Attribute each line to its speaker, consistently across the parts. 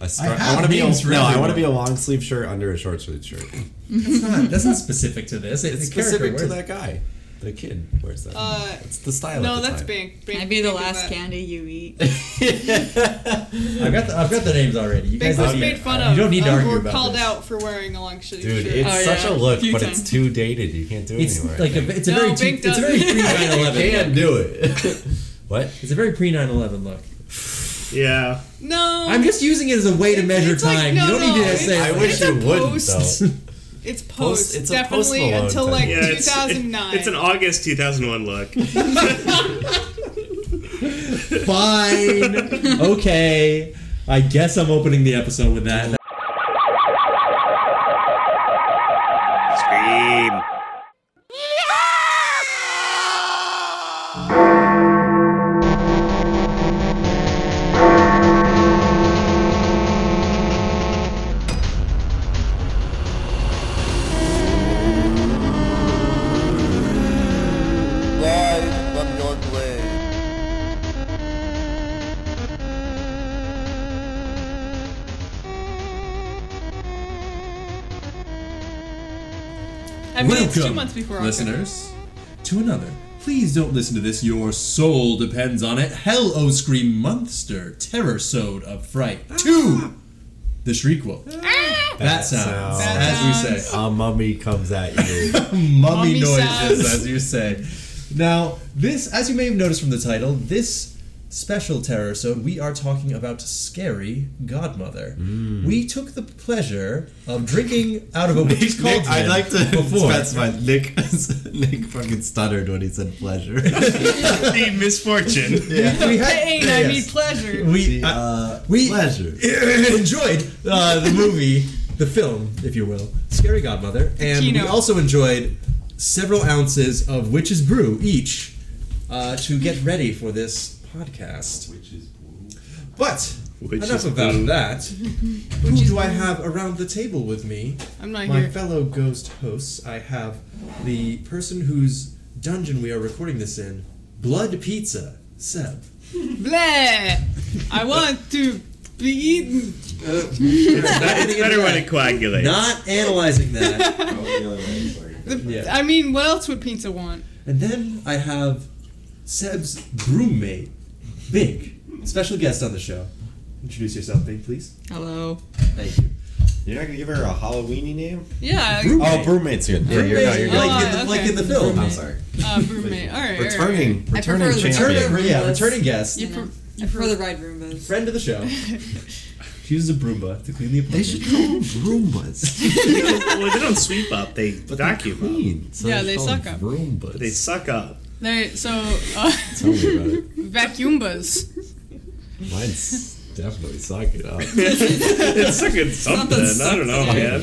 Speaker 1: A stri-
Speaker 2: have
Speaker 1: I want to be a,
Speaker 2: these
Speaker 1: no.
Speaker 2: really
Speaker 1: I want to
Speaker 2: well.
Speaker 1: be a long sleeve shirt under a short sleeve shirt.
Speaker 2: It's not. That's not specific to this. It-
Speaker 1: It's
Speaker 2: the character
Speaker 1: specific to
Speaker 2: wears
Speaker 1: that
Speaker 2: it.
Speaker 1: guy. The kid wears that.
Speaker 3: Uh,
Speaker 1: it's the style.
Speaker 3: No,
Speaker 1: at the
Speaker 3: that's
Speaker 1: time.
Speaker 3: Bank. Bank
Speaker 4: I'd be the
Speaker 3: Bank is
Speaker 4: last
Speaker 3: that-
Speaker 4: candy you eat.
Speaker 2: I've got the I've got the names already. You
Speaker 3: Bank
Speaker 2: guys
Speaker 3: was
Speaker 2: don't-
Speaker 3: made fun of.
Speaker 2: You don't need to
Speaker 3: um,
Speaker 2: argue
Speaker 3: or
Speaker 2: about
Speaker 3: called
Speaker 2: this.
Speaker 3: out for wearing a long sleeve
Speaker 1: Dude,
Speaker 3: shirt.
Speaker 1: it's
Speaker 4: Oh,
Speaker 1: such
Speaker 4: yeah.
Speaker 1: a look,
Speaker 4: Few
Speaker 1: but
Speaker 4: times.
Speaker 1: it's too dated. You can't do it
Speaker 2: It's
Speaker 1: anymore.
Speaker 2: like
Speaker 1: I
Speaker 2: a,
Speaker 1: think.
Speaker 2: it's a
Speaker 3: No,
Speaker 2: very two,
Speaker 3: Bing
Speaker 2: it's a very
Speaker 3: doesn't.
Speaker 2: pre 9/11.
Speaker 1: can do it. what?
Speaker 2: It's a very pre 9/11 look.
Speaker 5: Yeah.
Speaker 3: No,
Speaker 2: I'm just using it as a way to
Speaker 3: It's-
Speaker 2: measure
Speaker 3: it's like-
Speaker 2: time.
Speaker 3: no,
Speaker 2: you don't need to
Speaker 3: no, it's-
Speaker 2: say.
Speaker 1: I
Speaker 2: like-
Speaker 1: wish
Speaker 3: it's a
Speaker 1: you wouldn't
Speaker 3: post.
Speaker 1: though.
Speaker 3: it's post,
Speaker 1: it's a Post
Speaker 3: definitely
Speaker 1: Malone
Speaker 3: until
Speaker 1: type.
Speaker 3: like
Speaker 1: Yeah,
Speaker 5: Yeah, it's, it-
Speaker 3: 2009.
Speaker 5: it's an August 2001 look.
Speaker 2: Fine. okay. I guess I'm opening the episode with that.
Speaker 5: Scream.
Speaker 6: Live from your grave.
Speaker 3: I mean, it's two months before August.
Speaker 2: listeners, to another. Please don't listen to this. Your soul depends on it. Hell, O Scream Monster Terror Sode of Fright
Speaker 3: Ah.
Speaker 2: 2. The Shriekwell. That sounds,
Speaker 1: sounds-
Speaker 2: as we
Speaker 3: That
Speaker 2: say,
Speaker 1: A mummy comes at you.
Speaker 2: mummy
Speaker 3: Mummy
Speaker 2: noises,
Speaker 3: sounds.
Speaker 2: as you say. Now, this, as you may have noticed from the title, this special terror sode, we are talking about Scary Godmother.
Speaker 1: Hmm.
Speaker 2: We took the pleasure of drinking out of a witch's cauldron.
Speaker 1: I'd like to
Speaker 2: before.
Speaker 1: specify Nick. Nick fucking stuttered when he said pleasure.
Speaker 5: the misfortune.
Speaker 2: We had-
Speaker 3: Pain, I mean
Speaker 2: yes.
Speaker 3: pleasure.
Speaker 2: we, uh,
Speaker 1: Uh,
Speaker 2: we
Speaker 1: pleasure.
Speaker 2: enjoyed uh, the movie, the film, if you will, Scary Godmother, and we
Speaker 3: Kino.
Speaker 2: also enjoyed several ounces of witch's brew each uh, to get ready for this podcast. Witch's brew. But
Speaker 5: Witch's
Speaker 2: enough about
Speaker 5: brew.
Speaker 2: that. Who do I have around the table with me?
Speaker 3: I'm not
Speaker 2: My
Speaker 3: here.
Speaker 2: fellow ghost hosts. I have the person whose dungeon we are recording this in, Blood Pizza, Seb.
Speaker 3: Bleh. I want to be eaten.
Speaker 5: It's better when it coagulates.
Speaker 2: Not analyzing that.
Speaker 3: The-
Speaker 2: Yeah.
Speaker 3: I mean, what else would pizza want?
Speaker 2: And then I have Seb's roommate, Big, special guest on the show. Introduce yourself, Big, please.
Speaker 4: Hello.
Speaker 2: Thank you.
Speaker 1: You're not gonna give her a Halloweeny name?
Speaker 3: Yeah, uh,
Speaker 2: Brew-
Speaker 1: Oh, Broommate's good. Yeah, you're, no, you're
Speaker 2: like,
Speaker 1: good.
Speaker 3: Oh,
Speaker 2: in the, like
Speaker 3: okay.
Speaker 2: in the film.
Speaker 1: I'm sorry.
Speaker 3: uh, roommate. All right, all right.
Speaker 1: Returning,
Speaker 4: I prefer
Speaker 1: returning
Speaker 4: the
Speaker 1: champion.
Speaker 2: Returning, yeah,
Speaker 4: Yes.
Speaker 2: returning guest,
Speaker 4: You know, I prefer the bride Roombas.
Speaker 2: friend of the show. She uses a Broomba to clean the apartment.
Speaker 1: Roombas.
Speaker 5: well, they don't sweep up. They vacuum up.
Speaker 1: Clean. So
Speaker 3: Yeah,
Speaker 1: it's
Speaker 3: they
Speaker 1: called
Speaker 3: suck up.
Speaker 1: Roombas.
Speaker 5: They suck up.
Speaker 3: There, so uh,
Speaker 1: Tell me about it.
Speaker 3: vacuumbas.
Speaker 1: Mine's definitely Uh, sucking up.
Speaker 5: It's sucking something. I don't know, man.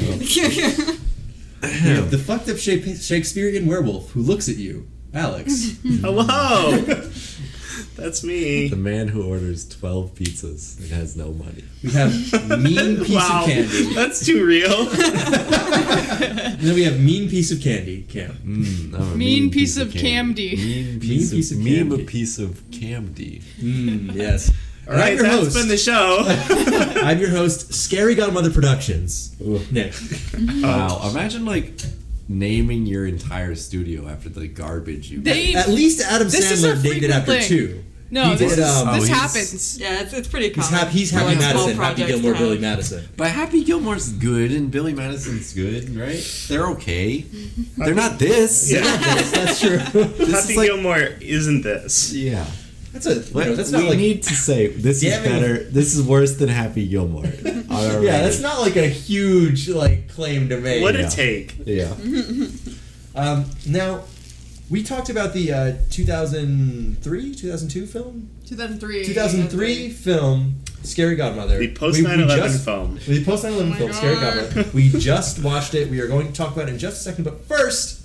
Speaker 2: You have the fucked up Shake- Shakespearean werewolf who looks at you, Alex.
Speaker 5: Hello. That's me.
Speaker 1: the man who orders 12 pizzas and has no money.
Speaker 2: We have mean piece
Speaker 5: wow,
Speaker 2: of candy.
Speaker 5: that's too real.
Speaker 2: And then we have mean piece of candy, Cam.
Speaker 1: Mm, I'm a
Speaker 3: Mean piece of
Speaker 1: candy.
Speaker 3: camdy.
Speaker 1: Mean piece,
Speaker 2: piece
Speaker 1: of,
Speaker 2: of
Speaker 1: meme
Speaker 2: candy.
Speaker 1: a piece of camdy.
Speaker 2: Mm, yes.
Speaker 5: All right,
Speaker 2: I'm your
Speaker 5: that's
Speaker 2: host.
Speaker 5: been the show.
Speaker 2: I'm your host, Scary Godmother Productions. Nick.
Speaker 1: Wow. Imagine like naming your entire studio after the garbage you
Speaker 3: They
Speaker 2: At least Adam
Speaker 3: This is a
Speaker 2: Sandler named it
Speaker 3: frequent
Speaker 2: after
Speaker 3: thing.
Speaker 2: two.
Speaker 3: no,
Speaker 2: he
Speaker 3: this,
Speaker 2: did,
Speaker 3: is,
Speaker 2: um,
Speaker 3: this
Speaker 1: oh, he's-
Speaker 3: happens.
Speaker 4: Yeah, it's, it's pretty
Speaker 2: He's
Speaker 4: common.
Speaker 2: happy, he's
Speaker 4: For,
Speaker 2: Happy
Speaker 4: like, small
Speaker 2: Madison, Happy
Speaker 4: projects to
Speaker 2: Gilmore,
Speaker 4: have.
Speaker 2: Billy Madison.
Speaker 1: But Happy Gilmore's good and Billy Madison's good, right? They're okay. They're not this.
Speaker 5: Yeah.
Speaker 2: Yes, that's true.
Speaker 1: This
Speaker 5: Happy
Speaker 1: is like,
Speaker 5: Gilmore isn't this.
Speaker 1: yeah.
Speaker 2: That's a, you know, that's
Speaker 1: we
Speaker 2: not like,
Speaker 1: need to say this is
Speaker 2: Damn it.
Speaker 1: better. This is worse than Happy Gilmore. On our
Speaker 2: yeah, that's
Speaker 1: rating.
Speaker 2: not like a huge like claim to make.
Speaker 5: What
Speaker 1: Yeah.
Speaker 5: a take.
Speaker 1: Yeah.
Speaker 2: Um, now, we talked about the uh, 2003, 2002 film,
Speaker 3: 2003.
Speaker 2: 2003 film, Scary Godmother.
Speaker 5: The post
Speaker 2: We- we
Speaker 5: 9/11
Speaker 2: just-
Speaker 5: film.
Speaker 2: The post 9/11
Speaker 1: Oh
Speaker 3: my
Speaker 2: film, Scary
Speaker 3: God.
Speaker 2: Godmother. We just watched it. We are going to talk about it in just a second. But first,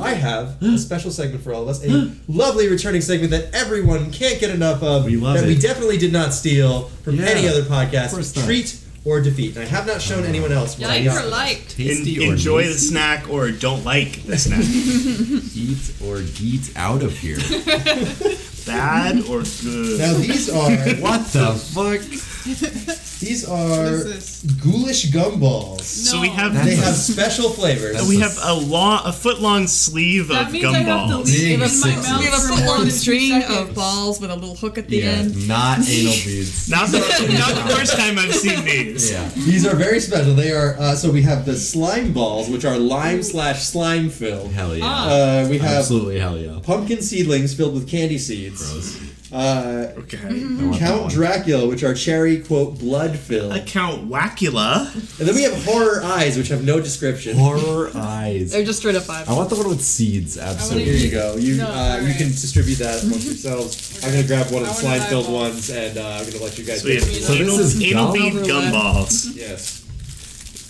Speaker 2: I have a special segment for all of us, a lovely returning segment that everyone can't get enough of.
Speaker 1: We love
Speaker 2: that we
Speaker 1: it.
Speaker 2: definitely did not steal from
Speaker 1: Yeah,
Speaker 2: any other
Speaker 1: of course
Speaker 2: podcast.
Speaker 1: not.
Speaker 2: Treat or defeat. And I have not shown anyone else. what I
Speaker 3: Like
Speaker 2: got.
Speaker 3: for like.
Speaker 5: En-
Speaker 1: Tasty or
Speaker 5: enjoy the
Speaker 1: nasty?
Speaker 5: snack or don't like the snack.
Speaker 1: Eat or geet out of here.
Speaker 5: Bad or
Speaker 2: Now
Speaker 5: good.
Speaker 2: these are
Speaker 1: what the fuck?
Speaker 2: These
Speaker 3: What
Speaker 2: are
Speaker 3: is
Speaker 2: ghoulish gumballs.
Speaker 7: So we
Speaker 3: No.
Speaker 7: have
Speaker 2: They have special flavors.
Speaker 7: we have a long a foot long sleeve
Speaker 3: That
Speaker 7: of
Speaker 3: means I have to
Speaker 7: gumballs.
Speaker 3: leave it in my
Speaker 1: Big
Speaker 3: mouth
Speaker 4: We have a
Speaker 3: for
Speaker 4: foot
Speaker 3: more
Speaker 4: long
Speaker 3: than two
Speaker 4: string
Speaker 3: seconds.
Speaker 4: of balls with a little hook at the
Speaker 1: Yeah,
Speaker 4: end.
Speaker 1: not anal beads.
Speaker 7: Not the not the first time I've seen these.
Speaker 1: Yeah.
Speaker 2: These are very special. They are uh, so we have the slime balls, which are lime slash slime filled.
Speaker 1: Hell yeah.
Speaker 3: Ah.
Speaker 2: Uh, we have
Speaker 1: Absolutely hell yeah.
Speaker 2: pumpkin seedlings filled with candy seeds.
Speaker 1: Gross.
Speaker 2: Uh,
Speaker 7: Okay.
Speaker 3: Mm-hmm.
Speaker 1: I want that
Speaker 2: Count
Speaker 1: one.
Speaker 2: Dracula, which are cherry quote blood filled, and
Speaker 7: Account Wackula.
Speaker 2: then we have horror eyes, which have no description.
Speaker 1: Horror eyes.
Speaker 4: They're just straight up five.
Speaker 1: I want the one with seeds,
Speaker 2: Here
Speaker 1: absolutely.
Speaker 2: you go. You
Speaker 3: No,
Speaker 2: uh, you
Speaker 3: alright. Mm-hmm.
Speaker 2: can distribute that amongst yourselves. I'm gonna grab one of the
Speaker 3: I want
Speaker 2: slime
Speaker 3: an
Speaker 2: filled
Speaker 3: eyeball.
Speaker 2: ones, and uh, I'm gonna let you guys.
Speaker 7: So we have
Speaker 2: pick.
Speaker 3: So
Speaker 7: anal,
Speaker 1: this is
Speaker 7: anal
Speaker 1: gum
Speaker 7: bead
Speaker 4: overlap.
Speaker 7: gumballs.
Speaker 2: Yes.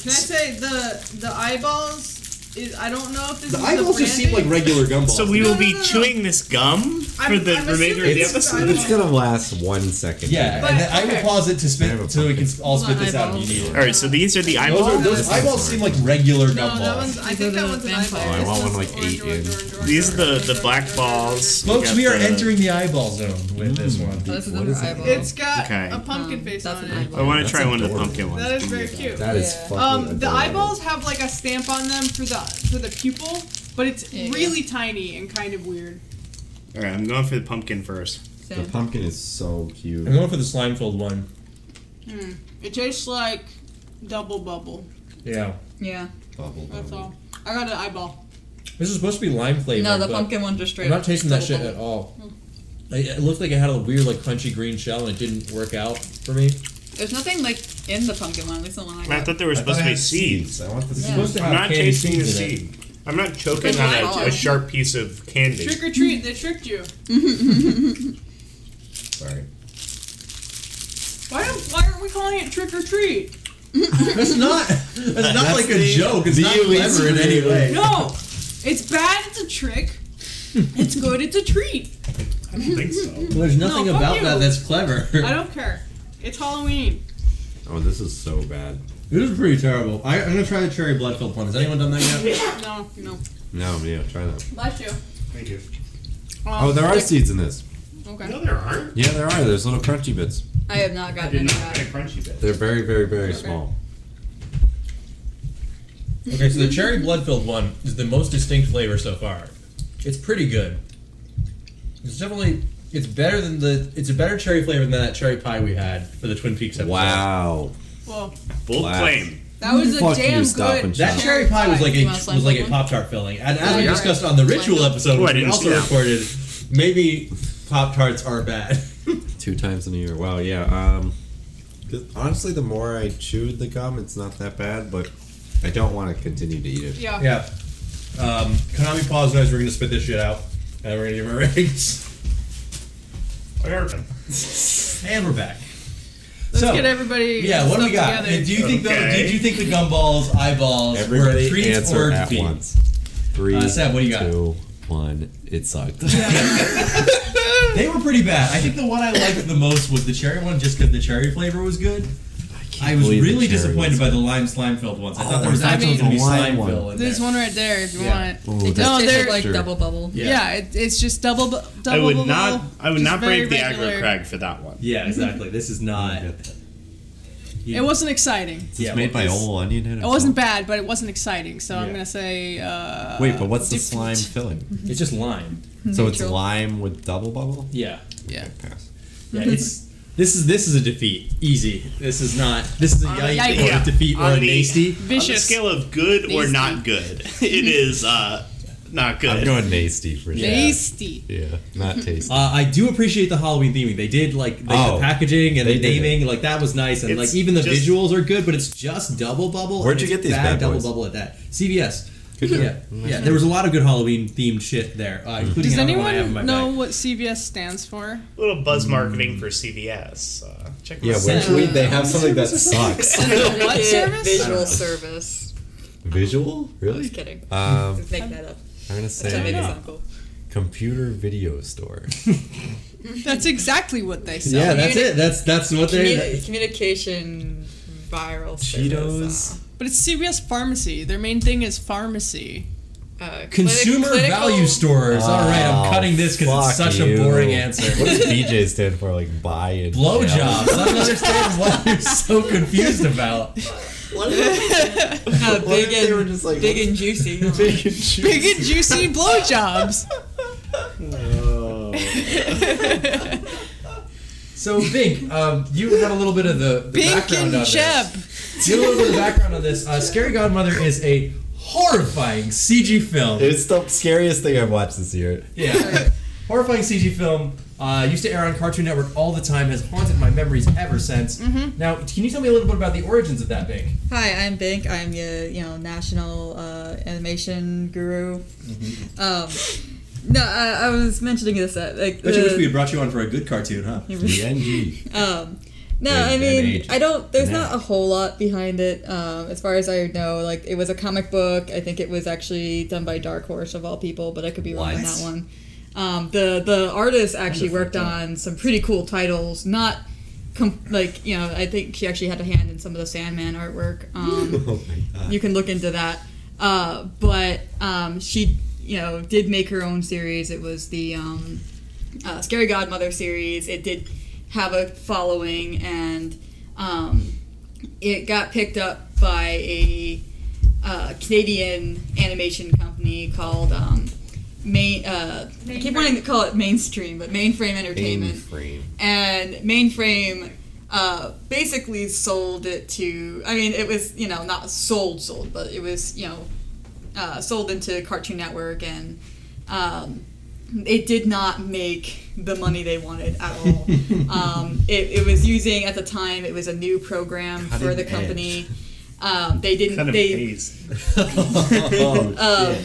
Speaker 3: Can I say the the eyeballs? Is, I don't know if this
Speaker 2: The
Speaker 3: is
Speaker 2: eyeballs
Speaker 3: the
Speaker 2: just seem like
Speaker 3: branding.
Speaker 2: regular gumballs.
Speaker 7: So we
Speaker 3: No,
Speaker 7: will
Speaker 3: no,
Speaker 7: be
Speaker 3: no, no.
Speaker 7: chewing this gum for
Speaker 3: I'm-
Speaker 7: the
Speaker 3: I'm
Speaker 7: remainder of the
Speaker 3: assuming
Speaker 7: episode.
Speaker 1: It's gonna last one second.
Speaker 2: Yeah,
Speaker 3: But-
Speaker 2: and then I will
Speaker 3: okay.
Speaker 2: pause it to
Speaker 1: I have
Speaker 2: spin
Speaker 1: a
Speaker 2: so we can
Speaker 1: pumpkin.
Speaker 2: all
Speaker 4: Hold
Speaker 2: spit
Speaker 4: on,
Speaker 2: this out
Speaker 4: eyeballs.
Speaker 2: if you need
Speaker 7: All
Speaker 2: it.
Speaker 7: right, so these are the
Speaker 2: Those are
Speaker 7: eyeballs.
Speaker 2: those
Speaker 1: That's
Speaker 2: eyeballs
Speaker 1: fine.
Speaker 2: seem like regular
Speaker 3: No, that
Speaker 2: gumballs.
Speaker 3: one's. I think that one's an eyeball.
Speaker 4: Oh, I
Speaker 3: This
Speaker 1: want one,
Speaker 3: one's
Speaker 1: like,
Speaker 3: orange,
Speaker 1: eight
Speaker 3: orange,
Speaker 1: in.
Speaker 3: orange, orange,
Speaker 7: These are the-
Speaker 3: orange,
Speaker 7: the
Speaker 3: orange,
Speaker 7: black
Speaker 3: orange,
Speaker 7: balls.
Speaker 3: orange,
Speaker 2: Folks, we are
Speaker 7: got the-
Speaker 2: entering the eyeball zone with this one.
Speaker 4: Oh,
Speaker 1: What
Speaker 4: that's another
Speaker 1: is that?
Speaker 4: eyeball.
Speaker 3: orange. It's got
Speaker 7: Okay.
Speaker 3: a pumpkin
Speaker 4: Um,
Speaker 3: face
Speaker 4: that's
Speaker 3: on
Speaker 4: an
Speaker 3: it.
Speaker 4: eyeball.
Speaker 7: I want to
Speaker 1: That's
Speaker 7: try one of the
Speaker 1: adorable.
Speaker 7: pumpkin ones.
Speaker 3: That is very cute.
Speaker 1: That is
Speaker 4: Yeah.
Speaker 1: fucking
Speaker 3: Um, the
Speaker 1: adorable.
Speaker 3: eyeballs have like a stamp on them for the for the pupil, but it's
Speaker 4: Yeah, yeah.
Speaker 3: really tiny and kind of weird.
Speaker 7: All right, I'm going for the pumpkin first.
Speaker 1: The
Speaker 4: Same.
Speaker 1: pumpkin is so cute.
Speaker 2: I'm going for the slime filled one.
Speaker 3: It tastes like double bubble.
Speaker 2: Yeah.
Speaker 4: Yeah.
Speaker 1: Bubble
Speaker 3: That's
Speaker 1: gum.
Speaker 3: all. I got an eyeball.
Speaker 2: This is supposed to be lime flavored.
Speaker 4: No, the
Speaker 2: but
Speaker 4: pumpkin one just straight
Speaker 2: I'm
Speaker 4: up.
Speaker 2: not tasting that shit
Speaker 4: double
Speaker 2: at all. It it looked like it had a weird, like, crunchy green shell, and it didn't work out for me.
Speaker 4: bubble. There's nothing like in the pumpkin one, at least the one I
Speaker 7: I
Speaker 4: got.
Speaker 7: thought there were supposed
Speaker 1: I
Speaker 7: to be
Speaker 1: had
Speaker 7: seeds.
Speaker 1: I want the
Speaker 4: Yeah.
Speaker 1: seeds.
Speaker 2: supposed to
Speaker 7: I'm
Speaker 2: have
Speaker 7: not
Speaker 2: candy
Speaker 7: tasting the
Speaker 2: seeds in it.
Speaker 7: seed. I'm not choking
Speaker 4: It's
Speaker 7: on
Speaker 4: like
Speaker 7: a, a
Speaker 4: mine.
Speaker 7: sharp piece of candy.
Speaker 3: Trick or treat, they tricked you.
Speaker 1: Sorry.
Speaker 3: Why don't why aren't we calling it trick or treat?
Speaker 2: That's not. That's not
Speaker 1: That's
Speaker 2: like a
Speaker 1: the-
Speaker 2: joke. It's
Speaker 1: the
Speaker 2: not clever in any way.
Speaker 3: No, it's bad. It's a trick. It's good. It's a treat.
Speaker 7: I don't think so.
Speaker 2: There's nothing
Speaker 3: fuck
Speaker 2: about
Speaker 3: you.
Speaker 2: that that's clever.
Speaker 3: I don't care. It's Halloween.
Speaker 1: Oh, this is so bad.
Speaker 2: This is pretty terrible. I, I'm gonna try the cherry blood filled one. Has anyone done that yet?
Speaker 3: No, no.
Speaker 1: No, yeah, try that.
Speaker 3: Bless you.
Speaker 7: Thank you.
Speaker 1: Oh, there are seeds in this.
Speaker 4: Okay.
Speaker 7: No, there aren't.
Speaker 1: Yeah, there are. There's little crunchy bits.
Speaker 4: I have not
Speaker 7: I
Speaker 4: gotten
Speaker 7: did
Speaker 4: any
Speaker 7: not
Speaker 4: of that.
Speaker 7: get a crunchy bit.
Speaker 1: They're very, very, very small.
Speaker 2: okay, so the cherry blood filled one is the most distinct flavor so far. It's pretty good. It's definitely. It's better than the. It's a better cherry flavor than that cherry pie we had for the Twin Peaks episode.
Speaker 1: Wow.
Speaker 3: Well,
Speaker 7: Bold
Speaker 1: Wow.
Speaker 7: claim.
Speaker 3: that was a
Speaker 1: Fuck you,
Speaker 3: damn
Speaker 1: Stop
Speaker 3: good.
Speaker 1: and
Speaker 2: That
Speaker 1: Shop.
Speaker 2: cherry pie was like a
Speaker 4: You want a slime
Speaker 2: was like a
Speaker 4: one?
Speaker 2: pop tart filling, and as we
Speaker 4: Yeah.
Speaker 2: discussed on the ritual episode,
Speaker 7: Oh, I
Speaker 2: which we
Speaker 7: didn't see
Speaker 2: also
Speaker 7: that.
Speaker 2: recorded, maybe pop tarts are bad.
Speaker 1: Two times in a year. Wow, yeah. Um, 'cause honestly, the more I chewed the gum, it's not that bad, but I don't want to continue to eat it.
Speaker 3: Yeah.
Speaker 2: yeah. Um, Konami pause noise. We're gonna spit this shit out, and we're gonna give our ratings.
Speaker 7: I heard them.
Speaker 2: And we're back.
Speaker 3: Let's
Speaker 2: so,
Speaker 3: get everybody.
Speaker 2: yeah, what do we got?
Speaker 3: Together.
Speaker 2: Uh, Do you think the,
Speaker 7: Okay.
Speaker 2: did you think the gumballs eyeballs were
Speaker 1: Everybody
Speaker 2: treats
Speaker 1: answer
Speaker 2: or
Speaker 1: at
Speaker 2: defeat?
Speaker 1: once. Three,
Speaker 2: Uh, Seb, what do you got?
Speaker 1: two, one. It sucked.
Speaker 2: They were pretty bad. I think the one I liked the most was the cherry one, just because the cherry flavor was good. I was
Speaker 1: believe the
Speaker 2: really
Speaker 1: cherry
Speaker 2: disappointed
Speaker 1: was
Speaker 2: by the lime slime filled ones. I
Speaker 1: Oh,
Speaker 2: thought there was
Speaker 1: I
Speaker 2: actually
Speaker 3: mean-
Speaker 2: going to be
Speaker 1: the lime
Speaker 2: slime
Speaker 1: one.
Speaker 2: fill in
Speaker 3: There's
Speaker 2: there.
Speaker 3: one right there if you
Speaker 2: Yeah.
Speaker 3: want it.
Speaker 1: Ooh,
Speaker 4: It does
Speaker 1: that's-
Speaker 3: No,
Speaker 4: taste
Speaker 3: they're-
Speaker 4: like
Speaker 1: Sure.
Speaker 4: double bubble.
Speaker 2: Yeah.
Speaker 3: Yeah, it, it's just double. bu- double
Speaker 7: I would
Speaker 3: bubble,
Speaker 7: not. I would
Speaker 3: just
Speaker 7: not
Speaker 3: very
Speaker 7: break the aggro
Speaker 3: regular.
Speaker 7: crag for that one.
Speaker 2: Yeah, exactly. This is not.
Speaker 3: It wasn't exciting.
Speaker 1: Oh It's
Speaker 2: Yeah,
Speaker 1: made
Speaker 2: well,
Speaker 1: by
Speaker 2: this-
Speaker 1: Ole Onion Head.
Speaker 3: It wasn't bad, but it wasn't exciting. So I'm
Speaker 2: Yeah.
Speaker 3: gonna say. Uh,
Speaker 1: Wait, but what's the
Speaker 3: defeat.
Speaker 1: slime filling?
Speaker 2: It's just lime.
Speaker 1: So it's
Speaker 4: Neutral.
Speaker 1: lime with double bubble?
Speaker 2: Yeah.
Speaker 3: Yeah.
Speaker 1: Pass.
Speaker 2: Yeah. It's this is this is a defeat. Easy. This is not. This is a yike,
Speaker 3: yike.
Speaker 2: or
Speaker 7: Yeah.
Speaker 2: a defeat
Speaker 7: On
Speaker 2: or a
Speaker 7: the-
Speaker 2: nasty.
Speaker 7: On the
Speaker 3: Vicious.
Speaker 7: scale of good or not good, it is uh, not good.
Speaker 1: I'm going nasty for sure.
Speaker 2: Yeah.
Speaker 3: Tasty.
Speaker 1: Yeah, not tasty.
Speaker 2: Uh, I do appreciate the Halloween theming. They did like they,
Speaker 1: Oh,
Speaker 2: the packaging and
Speaker 1: they
Speaker 2: the
Speaker 1: did it.
Speaker 2: naming, like that was nice, and
Speaker 7: It's
Speaker 2: like even the
Speaker 7: just-
Speaker 2: visuals are good. But it's just double bubble.
Speaker 1: Where'd
Speaker 2: and
Speaker 1: you
Speaker 2: it's
Speaker 1: get these
Speaker 2: bad
Speaker 1: bad
Speaker 2: double
Speaker 1: boys?
Speaker 2: bubble at that? CVS.
Speaker 1: Good job. Mm-hmm.
Speaker 2: yeah, yeah. There was a lot of good Halloween themed shit there, uh, including
Speaker 3: Does
Speaker 2: another one I have in my
Speaker 3: anyone know
Speaker 2: bag.
Speaker 3: what CVS stands for?
Speaker 7: A little buzz marketing for CVS. Uh, check
Speaker 1: Yeah,
Speaker 7: this
Speaker 1: where
Speaker 7: out.
Speaker 1: can we? They have something that sucks.
Speaker 3: what service?
Speaker 4: Visual service.
Speaker 1: Visual?
Speaker 4: I was
Speaker 1: Really?
Speaker 4: kidding.
Speaker 1: Um,
Speaker 4: Make that up.
Speaker 1: I'm gonna
Speaker 4: To make
Speaker 1: say
Speaker 4: example.
Speaker 1: computer video store.
Speaker 3: That's exactly what they sell.
Speaker 2: Yeah, that's
Speaker 4: Communi-
Speaker 2: it. That's that's what they.
Speaker 4: Communi- communication viral
Speaker 1: Cheetos.
Speaker 4: service,
Speaker 3: But it's CVS Pharmacy. Their main thing is pharmacy.
Speaker 4: uh, clinic-
Speaker 2: Consumer
Speaker 4: clinical-
Speaker 2: value stores. All right, I'm
Speaker 1: Oh,
Speaker 2: cutting this because it's
Speaker 1: fuck
Speaker 2: such
Speaker 1: you.
Speaker 2: a boring answer.
Speaker 1: What does BJ stand for? Like buy and
Speaker 2: Blowjobs. I don't understand what you're so confused about.
Speaker 7: What is
Speaker 4: Uh,
Speaker 1: What
Speaker 4: big
Speaker 1: if they
Speaker 4: and
Speaker 1: were just like-
Speaker 4: big and juicy.
Speaker 3: Big and juicy blowjobs.
Speaker 2: So, Bink, um, you had a little bit of the, the
Speaker 3: Pink
Speaker 2: background on
Speaker 3: and Jeb.
Speaker 2: this. You had a little bit of background on this. Uh, Scary Godmother is a horrifying CG film.
Speaker 1: It's the scariest thing I've watched this year.
Speaker 2: Yeah. Horrifying CG film. Uh, used to air on Cartoon Network all the time. Has haunted my memories ever since.
Speaker 4: Mm-hmm.
Speaker 2: Now, can you tell me a little bit about the origins of that thing?
Speaker 4: Hi, I'm Bink. I'm the you know national uh, animation guru.
Speaker 2: Mm-hmm.
Speaker 4: Um, no, I, I was mentioning this at like the-
Speaker 2: had brought you on for a good cartoon, huh?
Speaker 1: DNG.
Speaker 4: Um, no,
Speaker 1: Good
Speaker 4: I mean
Speaker 1: age.
Speaker 4: I don't. There's not
Speaker 1: Yeah.
Speaker 4: a whole lot behind it, um, as far as I know. Like it was a comic book. I think it was actually done by Dark Horse of all people, but I could be wrong on
Speaker 2: What?
Speaker 4: that one. Um, the the artist actually
Speaker 2: Wonderful,
Speaker 4: worked
Speaker 2: yeah.
Speaker 4: on some pretty cool titles. Not com- like you know I think she actually had a hand in some of the Sandman artwork. Um,
Speaker 1: Oh my god.
Speaker 4: you can look into that. Uh, but um, she, you know, did make her own series. It was the um, uh, Scary Godmother series. It did have a following, and um, it got picked up by a uh, Canadian animation company called um, Main. Uh, I keep wanting to call it mainstream, but Mainframe Entertainment
Speaker 1: Mainframe.
Speaker 4: and mainframe uh, basically sold it to i mean it was you know not sold sold but it was you know uh, sold into cartoon network and um, it did not make the money they wanted at all um, it, it was using at the time it was a new program for
Speaker 1: Cutting
Speaker 4: the company um, they didn't
Speaker 5: Kind of
Speaker 4: they
Speaker 5: haze.
Speaker 4: um,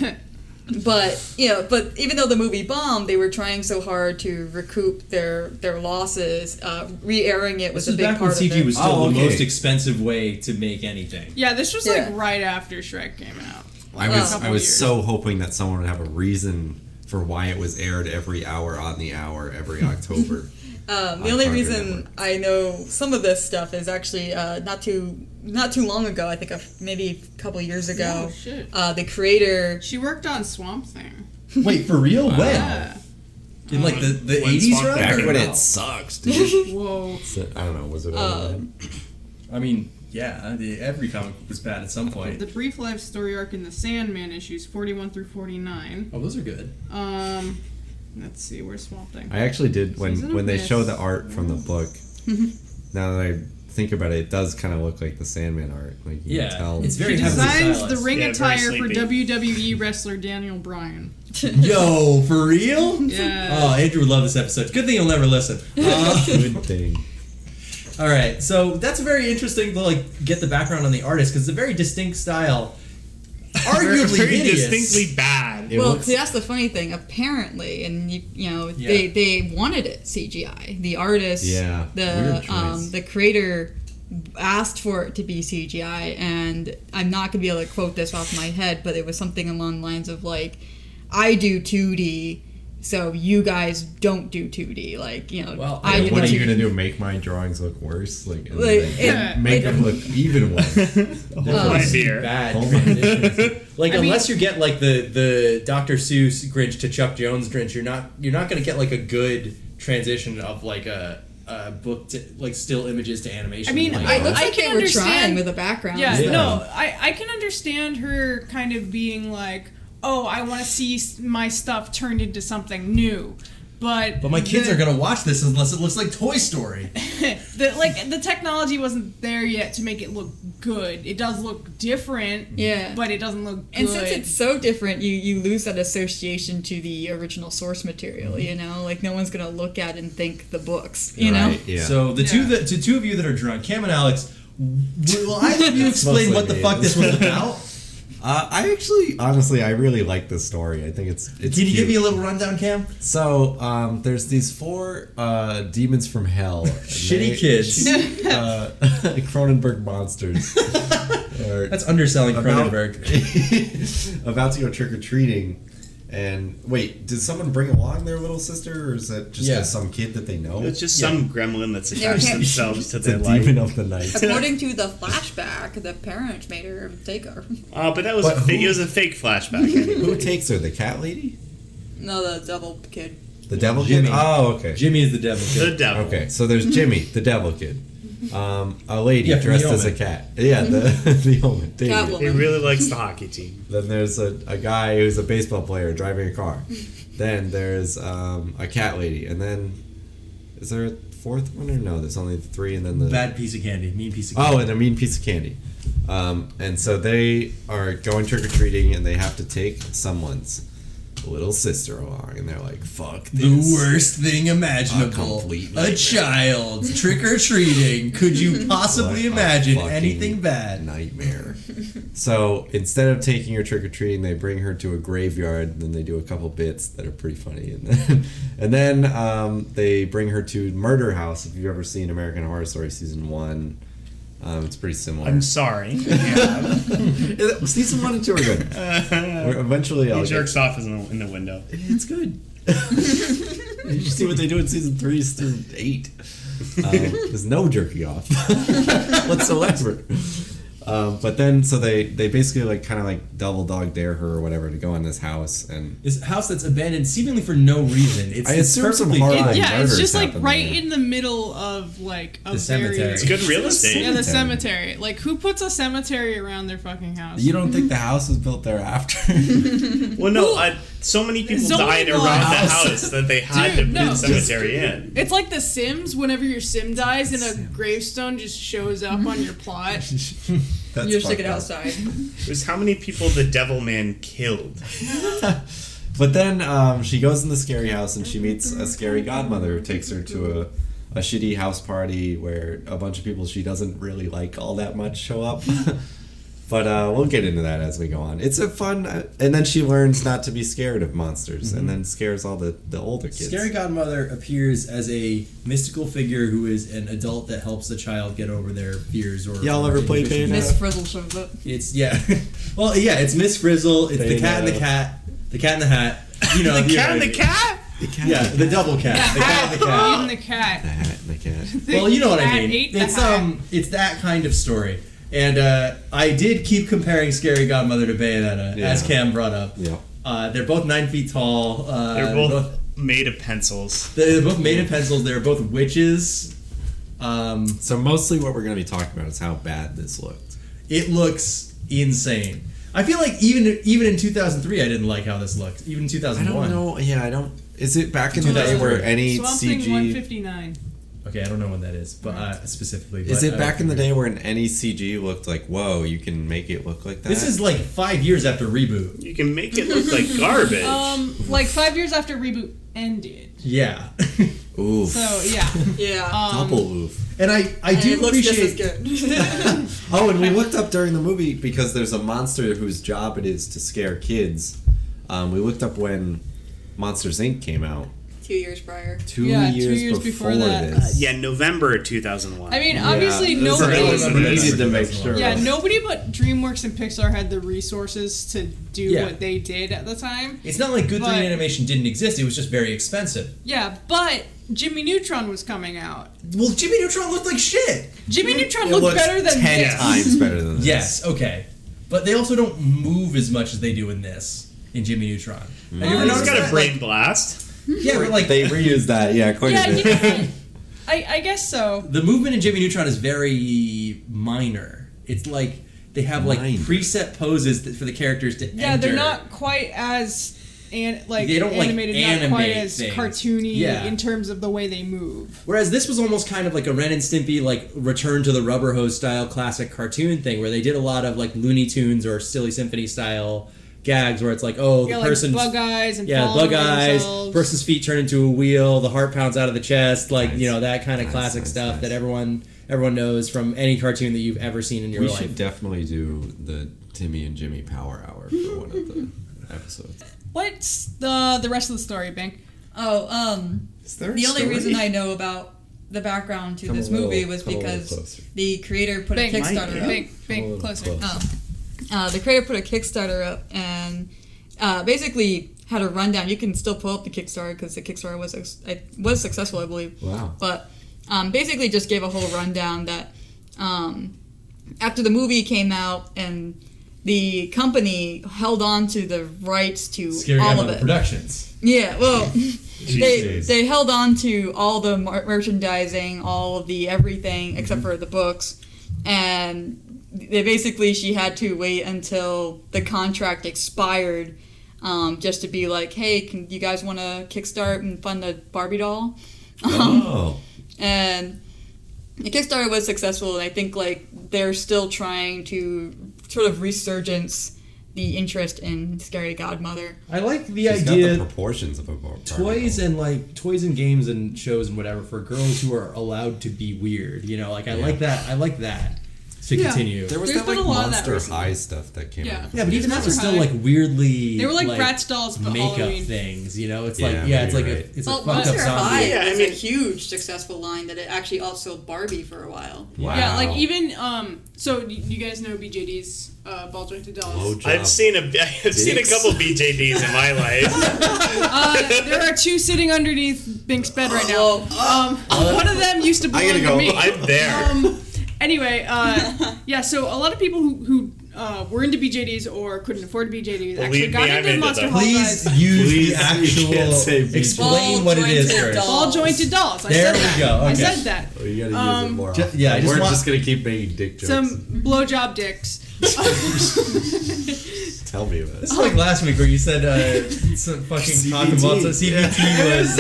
Speaker 4: but you know, but even though the movie bombed, they were trying so hard to recoup their their losses. Uh, re-airing it was
Speaker 2: This was
Speaker 4: a big
Speaker 2: back when
Speaker 4: part of
Speaker 2: CG
Speaker 4: it.
Speaker 2: was still
Speaker 1: Oh,
Speaker 2: the
Speaker 1: okay.
Speaker 2: most expensive way to make anything.
Speaker 3: Yeah, this was
Speaker 4: Yeah.
Speaker 3: like right after Shrek came out.
Speaker 1: I
Speaker 4: Well,
Speaker 1: was
Speaker 4: a
Speaker 1: I
Speaker 3: couple
Speaker 1: was
Speaker 3: years.
Speaker 1: so hoping that someone would have a reason for why it was aired every hour on the hour every October.
Speaker 4: um, the
Speaker 1: on
Speaker 4: only
Speaker 1: Cartoon
Speaker 4: reason
Speaker 1: Network.
Speaker 4: I know some of this stuff is actually uh, not too not too long ago. I think a, maybe a couple years ago.
Speaker 3: Oh, shit.
Speaker 4: Uh, the creator
Speaker 3: She worked on Swamp Thing.
Speaker 2: Wait, for real? When?
Speaker 3: Yeah.
Speaker 2: In like the, the
Speaker 5: When
Speaker 2: 80s
Speaker 5: Swamp
Speaker 2: run?
Speaker 5: Thing
Speaker 1: Back
Speaker 2: or
Speaker 1: when
Speaker 2: no?
Speaker 1: it sucks, dude.
Speaker 3: Whoa.
Speaker 1: So, I don't know.
Speaker 4: Um,
Speaker 1: Was it? over then?
Speaker 2: I mean, yeah, the, every comic book was bad at some point.
Speaker 3: The brief life story arc in the Sandman issues, 41 through 49.
Speaker 2: Oh, those are good.
Speaker 3: Um, let's see, where's Swamp Thing?
Speaker 1: I actually did
Speaker 3: Season
Speaker 1: when
Speaker 3: of
Speaker 1: when they
Speaker 3: Mist.
Speaker 1: show the art from the book. now that I think about it, it does kind of look like the Sandman art. Like you
Speaker 2: Yeah,
Speaker 1: can tell.
Speaker 2: it's very
Speaker 3: She
Speaker 2: heavily
Speaker 3: designs the
Speaker 2: stylized.
Speaker 3: ring
Speaker 5: Yeah, very
Speaker 3: attire for
Speaker 5: sleepy.
Speaker 3: WWE wrestler Daniel Bryan.
Speaker 2: Yo, for real?
Speaker 3: Yeah.
Speaker 2: Oh, Andrew would love this episode. Good thing you'll never listen. Uh,
Speaker 1: good thing.
Speaker 2: all right, so that's a very interesting to like get the background on the artist because it's a very distinct style,
Speaker 5: Very-
Speaker 2: arguably
Speaker 5: very
Speaker 2: hideous.
Speaker 5: distinctly bad.
Speaker 1: It
Speaker 4: well,
Speaker 1: looks-
Speaker 4: see, that's the funny thing. Apparently, and you, you know,
Speaker 2: Yeah.
Speaker 4: they they wanted it CGI. The artist,
Speaker 1: Yeah,
Speaker 4: the
Speaker 1: weird choice.
Speaker 4: um, the creator asked for it to be CGI, and I'm not gonna be able to quote this off my head, but it was something along the lines of like, I do 2D. So you guys don't do 2D, like you know.
Speaker 2: Well, yeah,
Speaker 4: I do
Speaker 1: what are
Speaker 4: the
Speaker 1: you
Speaker 4: 2D.
Speaker 1: gonna do? Make my drawings look worse? Like, and
Speaker 4: Like,
Speaker 1: then
Speaker 4: it-
Speaker 1: make
Speaker 4: it-
Speaker 1: them look even worse.
Speaker 5: Oh, my dear.
Speaker 2: Bad
Speaker 1: Oh my-
Speaker 2: transitions. Like
Speaker 3: I mean-
Speaker 2: unless you get like the the Dr. Seuss Grinch to Chuck Jones Grinch, you're not you're not gonna get like a good transition of like a, a book to like still images to animation.
Speaker 3: I mean,
Speaker 2: Like,
Speaker 4: It looks
Speaker 3: I
Speaker 4: like
Speaker 3: can
Speaker 4: they were trying
Speaker 3: understand-
Speaker 4: with a background.
Speaker 3: Yeah,
Speaker 1: Yeah.
Speaker 3: no, I, I can understand her kind of being like, oh, I want to see s- my stuff turned into something new. But,
Speaker 2: but my kids
Speaker 3: the-
Speaker 2: are gonna watch this unless it looks like Toy Story.
Speaker 3: the, like the technology wasn't there yet to make it look good. It does look different,
Speaker 4: Yeah.
Speaker 3: but it doesn't look good.
Speaker 4: And since it's so different, you, you lose that association to the original source
Speaker 1: Mm-hmm.
Speaker 4: material, you know? Like, no one's going to look at and think the books, you know?
Speaker 1: right? Yeah.
Speaker 2: So the two
Speaker 3: Yeah.
Speaker 2: that, the two of you that are drunk, Cam and Alex, w- will either of you explain
Speaker 1: mostly
Speaker 2: what the
Speaker 1: me.
Speaker 2: fuck this was about?
Speaker 1: uh, I actually, honestly, I really like this story. I think it's it's.
Speaker 2: Can you give
Speaker 1: cute.
Speaker 2: me a little rundown, Cam?
Speaker 1: So um, there's these four uh, demons from hell. and
Speaker 2: Shitty
Speaker 1: they-
Speaker 2: kids.
Speaker 1: shitty, uh, Cronenberg monsters. Or-
Speaker 2: That's underselling
Speaker 1: about-
Speaker 2: Cronenberg.
Speaker 1: about to go trick or treating, And wait, did someone bring along their little sister, or is that just
Speaker 2: Yeah.
Speaker 1: some kid that they know?
Speaker 7: It's just
Speaker 2: Yeah.
Speaker 7: some gremlin that's
Speaker 4: They
Speaker 7: attached
Speaker 4: can't-
Speaker 7: themselves to
Speaker 1: It's a
Speaker 7: their life.
Speaker 1: demon of the night.
Speaker 4: According to the flashback, the parents made her take her.
Speaker 7: Uh, but that was
Speaker 1: But
Speaker 7: a fake,
Speaker 1: who-
Speaker 7: it was a fake flashback.
Speaker 1: Who takes her? The cat lady?
Speaker 4: No, the devil kid.
Speaker 1: The devil
Speaker 2: Jimmy.
Speaker 1: kid? Oh, okay.
Speaker 2: Jimmy is the devil.
Speaker 7: the
Speaker 2: Kid.
Speaker 7: devil.
Speaker 1: Okay, so there's Jimmy, the devil kid. Um, a lady
Speaker 2: Yeah, from
Speaker 1: dressed
Speaker 2: The
Speaker 1: as a
Speaker 2: Omen.
Speaker 1: cat. Yeah, the, the omen. Dang it.
Speaker 4: Catwoman.
Speaker 5: He really likes the hockey team.
Speaker 1: Then there's a, a guy who's a baseball player driving a car. then there's um, a cat lady. And then, is there a fourth one or no? There's only three and then the.
Speaker 2: Bad piece of candy. Mean piece of candy.
Speaker 1: Oh, and a mean piece of candy. Um, and so they are going trick or treating, and they have to take someone's little sister along, and they're like, "Fuck this!"
Speaker 2: the worst thing imaginable.
Speaker 1: complete
Speaker 2: A,
Speaker 1: nightmare.
Speaker 2: child trick or treating. Could you possibly
Speaker 1: What a
Speaker 2: imagine
Speaker 1: fucking
Speaker 2: anything bad?
Speaker 1: nightmare. so instead of taking her trick or treating, they bring her to a graveyard. And then they do a couple bits that are pretty funny, and then and then um, they bring her to Murder House. If you've ever seen American Horror Story season one, um, it's pretty similar.
Speaker 5: I'm sorry. Yeah.
Speaker 1: season one and two are good. We're- eventually, I'll
Speaker 5: he
Speaker 1: get-
Speaker 5: jerks off in the, in the window.
Speaker 1: It's good. Did you see what they do in season three, season eight? Um, there's no jerking off whatsoever. Um, but then, so they they basically like kind of like double dog dare her or whatever to go in this house, and
Speaker 2: This house that's abandoned seemingly for no reason. It's,
Speaker 1: I
Speaker 2: it's
Speaker 1: assume some
Speaker 2: perfectly
Speaker 1: horror-
Speaker 2: fine.
Speaker 1: Like
Speaker 3: yeah, it's
Speaker 1: murders
Speaker 3: just like
Speaker 1: happen
Speaker 3: right
Speaker 1: there.
Speaker 3: in the middle of like a
Speaker 2: The cemetery.
Speaker 3: very-
Speaker 2: It's
Speaker 7: It's good real estate.
Speaker 3: Yeah, the cemetery. Like, who puts a cemetery around their fucking house?
Speaker 1: you don't think the house was built thereafter?
Speaker 7: Well, no, I, so many people
Speaker 3: So many
Speaker 7: died around the
Speaker 1: lives.
Speaker 7: house that they
Speaker 3: Dude,
Speaker 7: had to put
Speaker 3: no.
Speaker 7: the cemetery in.
Speaker 3: It's like The Sims. Whenever your Sim dies, and a gravestone just shows up on your plot.
Speaker 1: That's
Speaker 4: You're sticking
Speaker 1: fucked up.
Speaker 4: outside.
Speaker 7: It was how many people the Devil Man killed.
Speaker 1: But then um, she goes in the scary house and she meets a scary godmother who takes her to a, a shitty house party where a bunch of people she doesn't really like all that much show up. but uh, we'll get into that as we go on. It's a fun. uh, and then she learns not to be scared of monsters and then scares all the, the older kids.
Speaker 2: Scary Godmother appears as a mystical figure who is an adult that helps the child get over their fears or.
Speaker 1: Y'all ever play
Speaker 2: inhibitions.
Speaker 1: Bayonetta?
Speaker 4: Miss Frizzle shows up.
Speaker 2: It's yeah. well, yeah. It's Miss Frizzle. It's the cat in the
Speaker 1: Bayonetta.
Speaker 2: cat. The cat in the hat. You know
Speaker 7: the
Speaker 2: you know
Speaker 7: cat
Speaker 2: what
Speaker 7: and
Speaker 2: I
Speaker 7: the
Speaker 2: mean.
Speaker 7: cat?
Speaker 2: Yeah, the double cat. The cat and the cat.
Speaker 3: Even the cat.
Speaker 1: The hat and the cat.
Speaker 2: Well, you know what
Speaker 3: cat
Speaker 2: I mean.
Speaker 3: ate the
Speaker 2: It's
Speaker 3: hat.
Speaker 2: um, it's that kind of story. And uh, I did keep comparing Scary Godmother to Bayonetta, as
Speaker 1: Yeah.
Speaker 2: Cam brought up.
Speaker 1: Yeah.
Speaker 2: Uh, they're both nine feet tall. Uh,
Speaker 7: They're both made of pencils.
Speaker 2: They're both made of pencils. They're both witches. Um,
Speaker 1: So mostly what we're going to be talking about is how bad this looked.
Speaker 2: it looks insane. I feel like even even in 2003, I didn't like how this looked. Even in
Speaker 1: I don't
Speaker 2: 2001.
Speaker 1: know. Yeah, I don't. Is it back in the day
Speaker 2: 2003.
Speaker 1: where any
Speaker 3: Swamp Thing
Speaker 1: CG
Speaker 3: 159.
Speaker 2: Okay, I don't know when that is, but uh, specifically.
Speaker 1: Is
Speaker 2: but,
Speaker 1: it
Speaker 2: uh,
Speaker 1: back in the day when any CG E looked like, whoa, you can make it look like that?
Speaker 2: This is like five years after reboot.
Speaker 7: You can make it look like garbage.
Speaker 3: Um, like five years after reboot ended.
Speaker 2: Yeah,
Speaker 1: oof.
Speaker 3: So yeah.
Speaker 4: Yeah.
Speaker 3: Um,
Speaker 1: Double oof.
Speaker 2: and I I
Speaker 4: and
Speaker 2: do
Speaker 4: it looks
Speaker 2: appreciate.
Speaker 4: just as good.
Speaker 1: Oh, and we looked up during the movie because there's a monster whose job it is to scare kids. Um, we looked up when Monsters Inc. came out.
Speaker 4: Two years prior.
Speaker 1: Two,
Speaker 3: Yeah, two
Speaker 1: years,
Speaker 3: years
Speaker 1: before,
Speaker 3: before that.
Speaker 1: this.
Speaker 7: Uh, yeah, November 2001.
Speaker 3: I mean, obviously
Speaker 1: Yeah.
Speaker 7: So
Speaker 3: nobody.
Speaker 7: that was
Speaker 1: We needed to
Speaker 2: amazing.
Speaker 1: make sure.
Speaker 3: Yeah, nobody but DreamWorks and Pixar had the resources to do
Speaker 2: Yeah.
Speaker 3: what they did at the time.
Speaker 2: It's not like Good
Speaker 3: But-
Speaker 2: 3D animation didn't exist. It was just very expensive.
Speaker 3: Yeah, but Jimmy Neutron was coming out.
Speaker 2: Well, Jimmy Neutron looked like shit.
Speaker 3: Jimmy Neutron
Speaker 1: It
Speaker 3: looked
Speaker 1: looks
Speaker 3: better than
Speaker 1: ten
Speaker 3: this.
Speaker 1: times better than this.
Speaker 2: Yes, okay, but they also don't move as much as they do in this in Jimmy Neutron. Have you ever
Speaker 7: He's
Speaker 2: noticed
Speaker 7: got
Speaker 2: that?
Speaker 7: a brain blast.
Speaker 2: Like, yeah, but like
Speaker 1: They reused that, yeah, quite
Speaker 3: Yeah,
Speaker 1: a
Speaker 3: you
Speaker 1: bit.
Speaker 3: know, what? I, I guess so.
Speaker 2: the movement in Jimmy Neutron is very minor. It's like they have like
Speaker 1: Minor.
Speaker 2: preset poses that, for the characters to
Speaker 3: Yeah,
Speaker 2: enter.
Speaker 3: they're not quite as an, like
Speaker 2: They don't, like,
Speaker 3: animated, not quite
Speaker 2: animate
Speaker 3: as
Speaker 2: things.
Speaker 3: cartoony
Speaker 2: Yeah.
Speaker 3: in terms of the way they move.
Speaker 2: Whereas this was almost kind of like a Ren and Stimpy, like Return to the Rubber Hose style classic cartoon thing, where they did a lot of like Looney Tunes or Silly Symphony style gags, where it's like, oh,
Speaker 3: Yeah,
Speaker 2: the
Speaker 3: like
Speaker 2: person's
Speaker 3: bug eyes and
Speaker 2: yeah,
Speaker 3: falling
Speaker 2: bug
Speaker 3: over
Speaker 2: eyes,
Speaker 3: themselves.
Speaker 2: person's feet turn into a wheel, the heart pounds out of the chest, like you
Speaker 1: Nice.
Speaker 2: know that kind of
Speaker 1: Nice,
Speaker 2: classic
Speaker 1: nice,
Speaker 2: stuff
Speaker 1: nice.
Speaker 2: that everyone everyone knows from any cartoon that you've ever seen in your
Speaker 1: We
Speaker 2: life.
Speaker 1: should definitely do the Timmy and Jimmy Power Hour for one of the episodes.
Speaker 3: What's the the rest of the story, Bank?
Speaker 4: oh, um,
Speaker 1: Is there a
Speaker 4: the only
Speaker 1: story?
Speaker 4: reason I know about the background to
Speaker 1: Come
Speaker 4: this
Speaker 1: a little-
Speaker 4: movie was
Speaker 1: come a little
Speaker 4: because
Speaker 1: closer.
Speaker 4: the creator put
Speaker 3: Bank,
Speaker 4: a Kickstarter up.
Speaker 3: Bank, Bank,
Speaker 1: Hold on,
Speaker 3: closer.
Speaker 1: close.
Speaker 4: Um, uh, the creator put a Kickstarter up, and uh, basically had a rundown. You can still pull up the Kickstarter because the Kickstarter was it was successful, I believe.
Speaker 1: Wow.
Speaker 4: But um, basically, just gave a whole rundown that um, after the movie came out and the company held on to the rights to
Speaker 2: Scary
Speaker 4: all of
Speaker 2: Godmother
Speaker 4: it.
Speaker 2: Productions.
Speaker 4: Yeah, well, they,
Speaker 1: Jesus.
Speaker 4: they held on to all the mar- merchandising, all of the everything except for the books, and they basically she had to wait until the contract expired, um, just to be like, hey, can you guys want to kickstart and fund a Barbie doll? Um,
Speaker 1: Oh.
Speaker 4: and the Kickstarter was successful, and I think like they're still trying to sort of resurgence the interest in Scary Godmother.
Speaker 2: I like the
Speaker 1: She's got
Speaker 2: idea
Speaker 1: the proportions of a bar-
Speaker 2: toys and like toys and games and shows and whatever for girls who are allowed to be weird. You know, like I like that. I like that to
Speaker 3: Yeah.
Speaker 2: continue.
Speaker 1: There was
Speaker 3: There's
Speaker 1: that
Speaker 3: been
Speaker 1: like
Speaker 3: a lot of that
Speaker 1: Monster
Speaker 3: recently.
Speaker 1: High stuff that came
Speaker 3: Yeah.
Speaker 1: out.
Speaker 2: yeah, but even that was
Speaker 3: Monster
Speaker 2: still
Speaker 3: High.
Speaker 2: like weirdly.
Speaker 3: They were like, Bratz dolls, but
Speaker 2: makeup
Speaker 3: Halloween.
Speaker 2: things. You know, it's
Speaker 1: Yeah,
Speaker 2: like yeah, it's like
Speaker 1: maybe
Speaker 2: a,
Speaker 1: right.
Speaker 2: it's
Speaker 4: Well,
Speaker 2: a fucked up
Speaker 4: Monster High
Speaker 2: zombie.
Speaker 7: Yeah, I
Speaker 4: was
Speaker 7: mean-
Speaker 4: a huge successful line that it actually outsold Barbie for a while.
Speaker 1: Wow.
Speaker 3: Yeah, like even um. So y- you guys know BJD's uh, ball jointed dolls.
Speaker 1: Blowjob.
Speaker 5: I've seen a I've seen a
Speaker 1: Dicks.
Speaker 5: couple BJDs in my life.
Speaker 3: Uh, there are two sitting underneath Bink's bed right now. Um, one of them used to belong
Speaker 1: gotta
Speaker 3: to
Speaker 1: go.
Speaker 3: me.
Speaker 5: I'm there.
Speaker 3: um, anyway, uh, yeah. So a lot of people who who uh, were into BJDs or couldn't afford BJDs actually
Speaker 5: Believe
Speaker 3: got
Speaker 5: me, I'm
Speaker 3: into
Speaker 5: into
Speaker 3: Monster
Speaker 5: them.
Speaker 3: Hall
Speaker 2: Please
Speaker 3: Rise.
Speaker 2: use
Speaker 1: Please,
Speaker 2: the
Speaker 1: you can't say
Speaker 2: actual.
Speaker 1: beach.
Speaker 2: Explain what it is
Speaker 4: Ball-jointed
Speaker 2: first.
Speaker 4: doll.
Speaker 3: Ball jointed dolls. I
Speaker 2: There
Speaker 3: said
Speaker 2: we
Speaker 3: that.
Speaker 2: go,
Speaker 3: I
Speaker 2: okay.
Speaker 3: said that.
Speaker 1: Oh, you gotta use it
Speaker 3: Um,
Speaker 1: more.
Speaker 2: ju-
Speaker 1: often.
Speaker 2: yeah, I just
Speaker 1: we're
Speaker 2: want-
Speaker 1: just gonna keep making dick jokes.
Speaker 3: Some blowjob dicks.
Speaker 1: Tell me about it.
Speaker 2: This is like last week where you said uh, some fucking cock and ball.
Speaker 1: CBT.
Speaker 2: CBT was